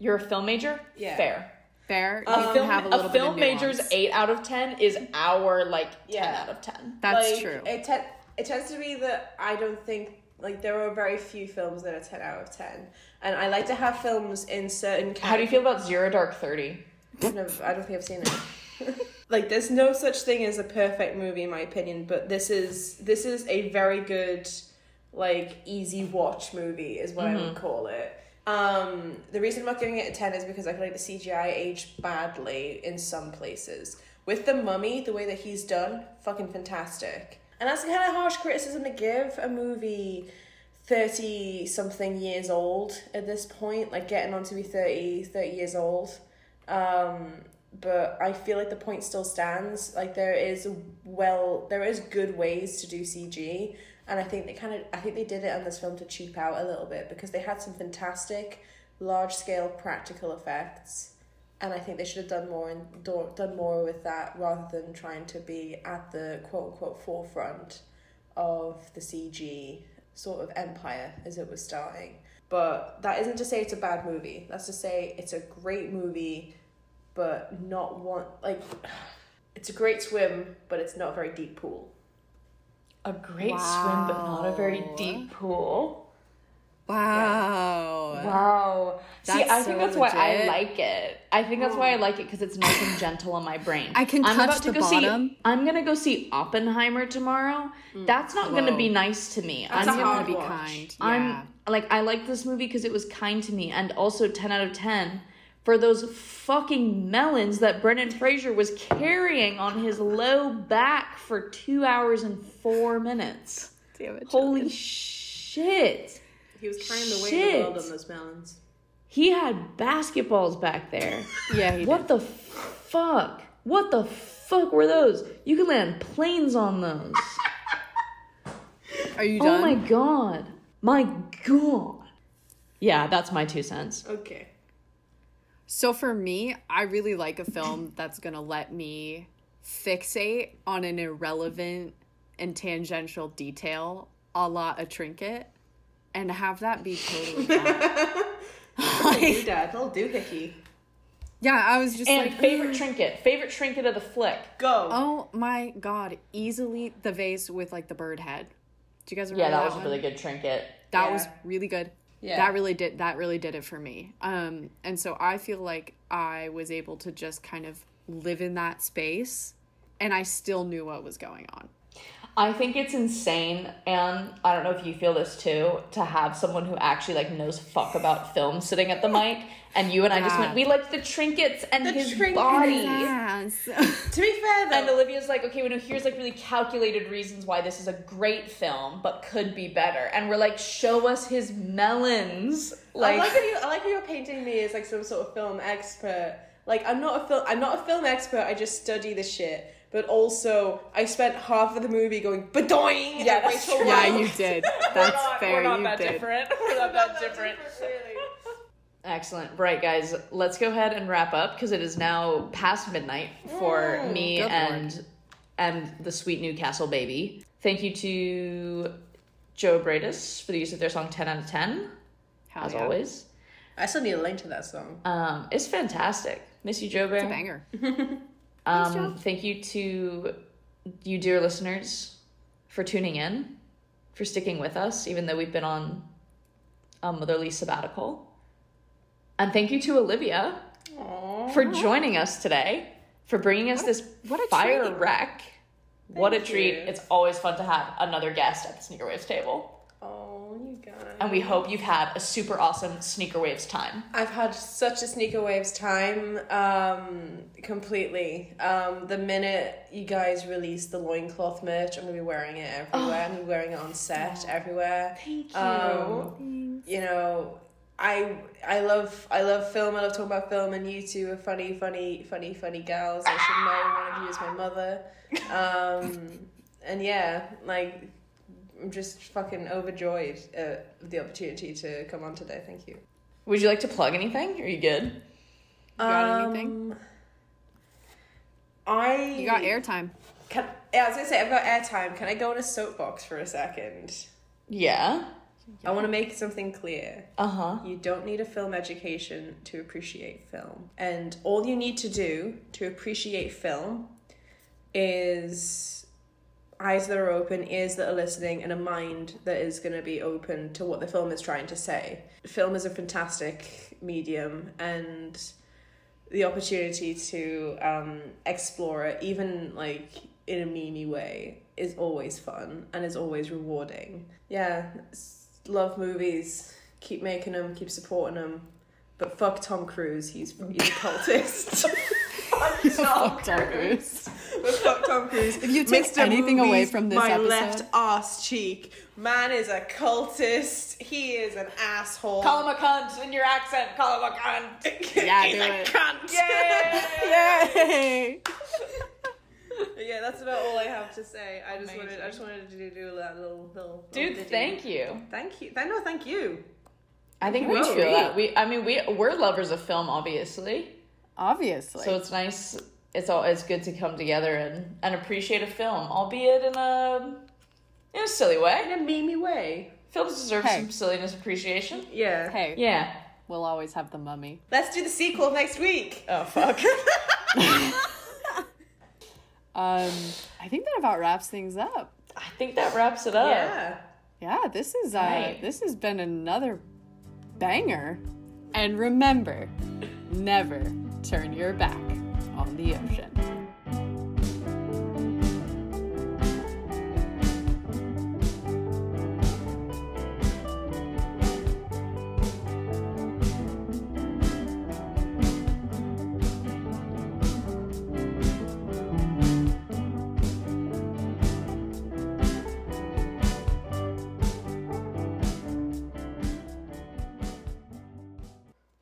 Speaker 2: You're a film major.
Speaker 3: Yeah.
Speaker 2: Fair.
Speaker 1: Fair. You
Speaker 2: A
Speaker 1: can
Speaker 2: film,
Speaker 1: have a
Speaker 2: a
Speaker 1: little bit
Speaker 2: film
Speaker 1: of
Speaker 2: major's
Speaker 1: nuance.
Speaker 2: eight out of ten is our like ten
Speaker 3: Yeah.
Speaker 2: out of ten.
Speaker 1: That's
Speaker 3: like,
Speaker 1: true.
Speaker 3: It, te- it tends to be that I don't think like there are very few films that are ten out of ten, and I like to have films in certain. Categories.
Speaker 2: How do you feel about Zero Dark Thirty?
Speaker 3: Never- I don't think I've seen it. like, there's no such thing as a perfect movie, in my opinion. But this is this is a very good, like, easy watch movie, is what I would call it. Um, the reason I'm not giving it a ten is because I feel like the CGI aged badly in some places. With the mummy, the way that he's done, fucking fantastic. And that's kind of harsh criticism to give a movie 30 something years old at this point, like getting on to be 30, 30 years old. Um, but I feel like the point still stands. Like there is well, there is good ways to do CG, and I think they kind of, I think they did it on this film to cheap out a little bit because they had some fantastic, large scale practical effects, and I think they should have done more and do- done more with that rather than trying to be at the quote unquote forefront of the CG sort of empire as it was starting. But that isn't to say it's a bad movie. That's to say it's a great movie, but not one like it's a great swim, but it's not a very deep pool.
Speaker 2: A great swim, but not a very
Speaker 1: Wow.
Speaker 2: deep pool.
Speaker 1: wow.
Speaker 2: Wow. See,
Speaker 1: That's
Speaker 2: I think
Speaker 1: so
Speaker 2: that's why I
Speaker 1: legit.
Speaker 2: like it. I think that's why I like it because it's nice and gentle on my brain.
Speaker 1: I can touch the
Speaker 2: go
Speaker 1: bottom.
Speaker 2: See, I'm gonna go see Oppenheimer tomorrow. that's not gonna
Speaker 1: whoa.
Speaker 2: be nice to me.
Speaker 3: That's
Speaker 1: I'm
Speaker 2: I'm
Speaker 3: a
Speaker 2: gonna
Speaker 1: gonna
Speaker 3: hard
Speaker 1: be
Speaker 3: watch.
Speaker 1: kind. Yeah.
Speaker 2: I'm like I like this movie because it was kind to me, and also ten out of ten for those fucking melons that Brendan Fraser was carrying on his low back for two hours and four minutes.
Speaker 1: Damn it,
Speaker 2: Holy shit!
Speaker 3: He was carrying
Speaker 2: the weight of the Shit. world on
Speaker 3: those melons.
Speaker 2: He had basketballs back there.
Speaker 1: Yeah, he
Speaker 2: What the fuck? What the fuck were those? You can land planes on those.
Speaker 1: did. Are you
Speaker 2: oh
Speaker 1: done?
Speaker 2: my god. My god. Yeah, that's my two cents.
Speaker 3: Okay.
Speaker 1: So for me, I really like a film that's going to let me fixate on an irrelevant and tangential detail, a la a trinket, and have that be totally bad.
Speaker 3: Do dad, little doohickey.
Speaker 1: yeah, I was just
Speaker 2: And
Speaker 1: like,
Speaker 2: favorite trinket. Favorite trinket of the flick.
Speaker 3: Go.
Speaker 1: oh my god, easily the vase with like the bird head. Do you guys remember
Speaker 2: Yeah, that was a
Speaker 1: one?
Speaker 2: really good trinket.
Speaker 1: that
Speaker 3: Yeah.
Speaker 1: was really good
Speaker 3: Yeah.
Speaker 1: that really did that really did it for me um and so i feel like i was able to just kind of live in that space and I still knew what was going on.
Speaker 2: I think it's insane, and I don't know if you feel this too, to have someone who actually like knows fuck about film sitting at the mic, and you and I just
Speaker 1: Yeah.
Speaker 2: went, we like the trinkets and
Speaker 3: The
Speaker 2: his
Speaker 3: trinkets.
Speaker 2: body.
Speaker 3: To be fair,
Speaker 2: And
Speaker 3: though,
Speaker 2: Olivia's like, okay, well, no, here's like really calculated reasons why this is a great film, but could be better. And we're like, show us his melons.
Speaker 3: I
Speaker 2: Like,
Speaker 3: like how you. I like how you're painting me as like some sort of film expert. Like I'm not a film. I'm not a film expert. I just study the shit. But also, I spent half of the movie going badoing.
Speaker 2: Yeah,
Speaker 3: at
Speaker 2: that's
Speaker 3: Rachel
Speaker 2: true.
Speaker 3: Weisz.
Speaker 1: yeah, you did.
Speaker 5: We're
Speaker 1: That's
Speaker 5: not,
Speaker 1: fair.
Speaker 5: we're not
Speaker 1: you
Speaker 5: that
Speaker 1: did.
Speaker 5: different. We're not that different.
Speaker 3: Really.
Speaker 2: excellent. Right, guys, let's go ahead and wrap up because it is now past midnight for me
Speaker 1: good
Speaker 2: and and the sweet Newcastle baby. Thank you to Joe Bradis for the use of their song 10 out of 10,
Speaker 1: Hell
Speaker 2: as
Speaker 1: yeah.
Speaker 2: always.
Speaker 3: I still need a link to that song.
Speaker 2: Um, it's fantastic. Miss you, Joe Bear.
Speaker 1: Banger.
Speaker 2: Um, Thank you to you, dear listeners, for tuning in, for sticking with us, even though we've been on a motherly sabbatical. And thank you to Olivia for joining us today, for bringing us this
Speaker 1: what a
Speaker 2: fire
Speaker 1: treat.
Speaker 2: wreck. what a
Speaker 3: Thank
Speaker 2: treat.
Speaker 3: you.
Speaker 2: It's always fun to have another guest at the Sneaker Waves table.
Speaker 3: Oh, you guys.
Speaker 2: And we hope you've had a super awesome Sneaker Waves time.
Speaker 3: I've had such a sneaker waves time, um, completely. Um, the minute you guys release the loincloth merch, I'm gonna be wearing it everywhere. I'm gonna be wearing it on set everywhere. Oh, Thank you. Um, you know, I I love I love film. I love talking about film, and you two are funny, funny, funny, funny gals. I should know one of you is my mother. Um, and yeah, like. I'm just fucking overjoyed at the opportunity to come on today. Thank you.
Speaker 2: Would you like to plug anything? Are you good?
Speaker 1: You got anything?
Speaker 3: Um, I
Speaker 1: You got airtime.
Speaker 3: Can, yeah, I was gonna say I've got airtime. Can I go on a soapbox for a second?
Speaker 2: Yeah.
Speaker 3: I want to make something clear.
Speaker 2: Uh huh.
Speaker 3: You don't need a film education to appreciate film, and all you need to do to appreciate film is eyes that are open, ears that are listening, and a mind that is going to be open to what the film is trying to say. Film is a fantastic medium, and the opportunity to um, explore it, even like in a memey way, is always fun and is always rewarding. Yeah, s- love movies. Keep making them. Keep supporting them. But fuck Tom Cruise. He's, he's a cultist.
Speaker 1: Fuck Tom Cruise.
Speaker 3: But fuck Tom Cruise. If
Speaker 1: you take anything away from this
Speaker 3: my
Speaker 1: episode-
Speaker 3: left ass cheek. Man is a cultist. He is an asshole.
Speaker 2: Call him a cunt in your accent. Call him a cunt.
Speaker 1: Yeah,
Speaker 3: He's
Speaker 1: do
Speaker 3: a
Speaker 1: it.
Speaker 3: cunt.
Speaker 1: Yay!
Speaker 3: yeah, that's about all I have to say. I just wanted, I
Speaker 2: Amazing.
Speaker 3: just wanted to do, do that little, little little
Speaker 2: Dude,
Speaker 3: ditty.
Speaker 2: thank you.
Speaker 3: thank you. Th- no, thank you.
Speaker 2: I think we
Speaker 3: Whoa.
Speaker 2: feel that. We, I mean, we we're lovers of film, obviously.
Speaker 1: Obviously.
Speaker 2: So it's nice. It's all. It's good to come together and and appreciate a film, albeit in a in a silly way.
Speaker 3: In a memey way.
Speaker 2: Films deserve
Speaker 1: Hey.
Speaker 2: some silliness appreciation.
Speaker 3: Yeah.
Speaker 1: hey,
Speaker 2: Yeah.
Speaker 1: we'll always have the mummy.
Speaker 3: Let's do the sequel next week.
Speaker 2: Oh fuck.
Speaker 1: Um, I think that about wraps things up.
Speaker 2: I think that wraps it up.
Speaker 3: Yeah.
Speaker 1: Yeah, this is uh,
Speaker 2: Right.
Speaker 1: this has been another banger. And remember, never turn your back on the ocean.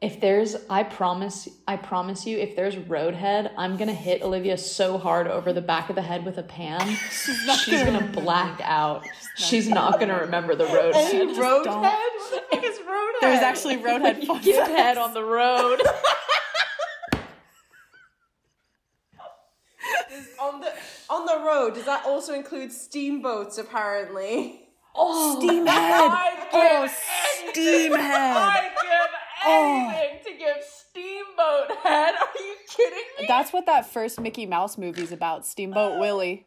Speaker 2: If there's, I promise, I promise you, if there's Roadhead, I'm gonna hit Olivia so hard over the back of the head with a pan. She's, gonna black out. She's not gonna remember the Roadhead.
Speaker 1: Roadhead?
Speaker 3: What the fuck is Rhoda?
Speaker 1: There's actually Roadhead fun
Speaker 2: Get
Speaker 1: fact.
Speaker 2: head on the road.
Speaker 3: on the on the road. Does that also include steamboats? Apparently.
Speaker 2: Oh,
Speaker 1: Steamhead! Oh, Steamhead!
Speaker 2: I give anything to give Steamboat Head. Are you kidding me?
Speaker 1: That's what that first Mickey Mouse movie's about, Steamboat Willie.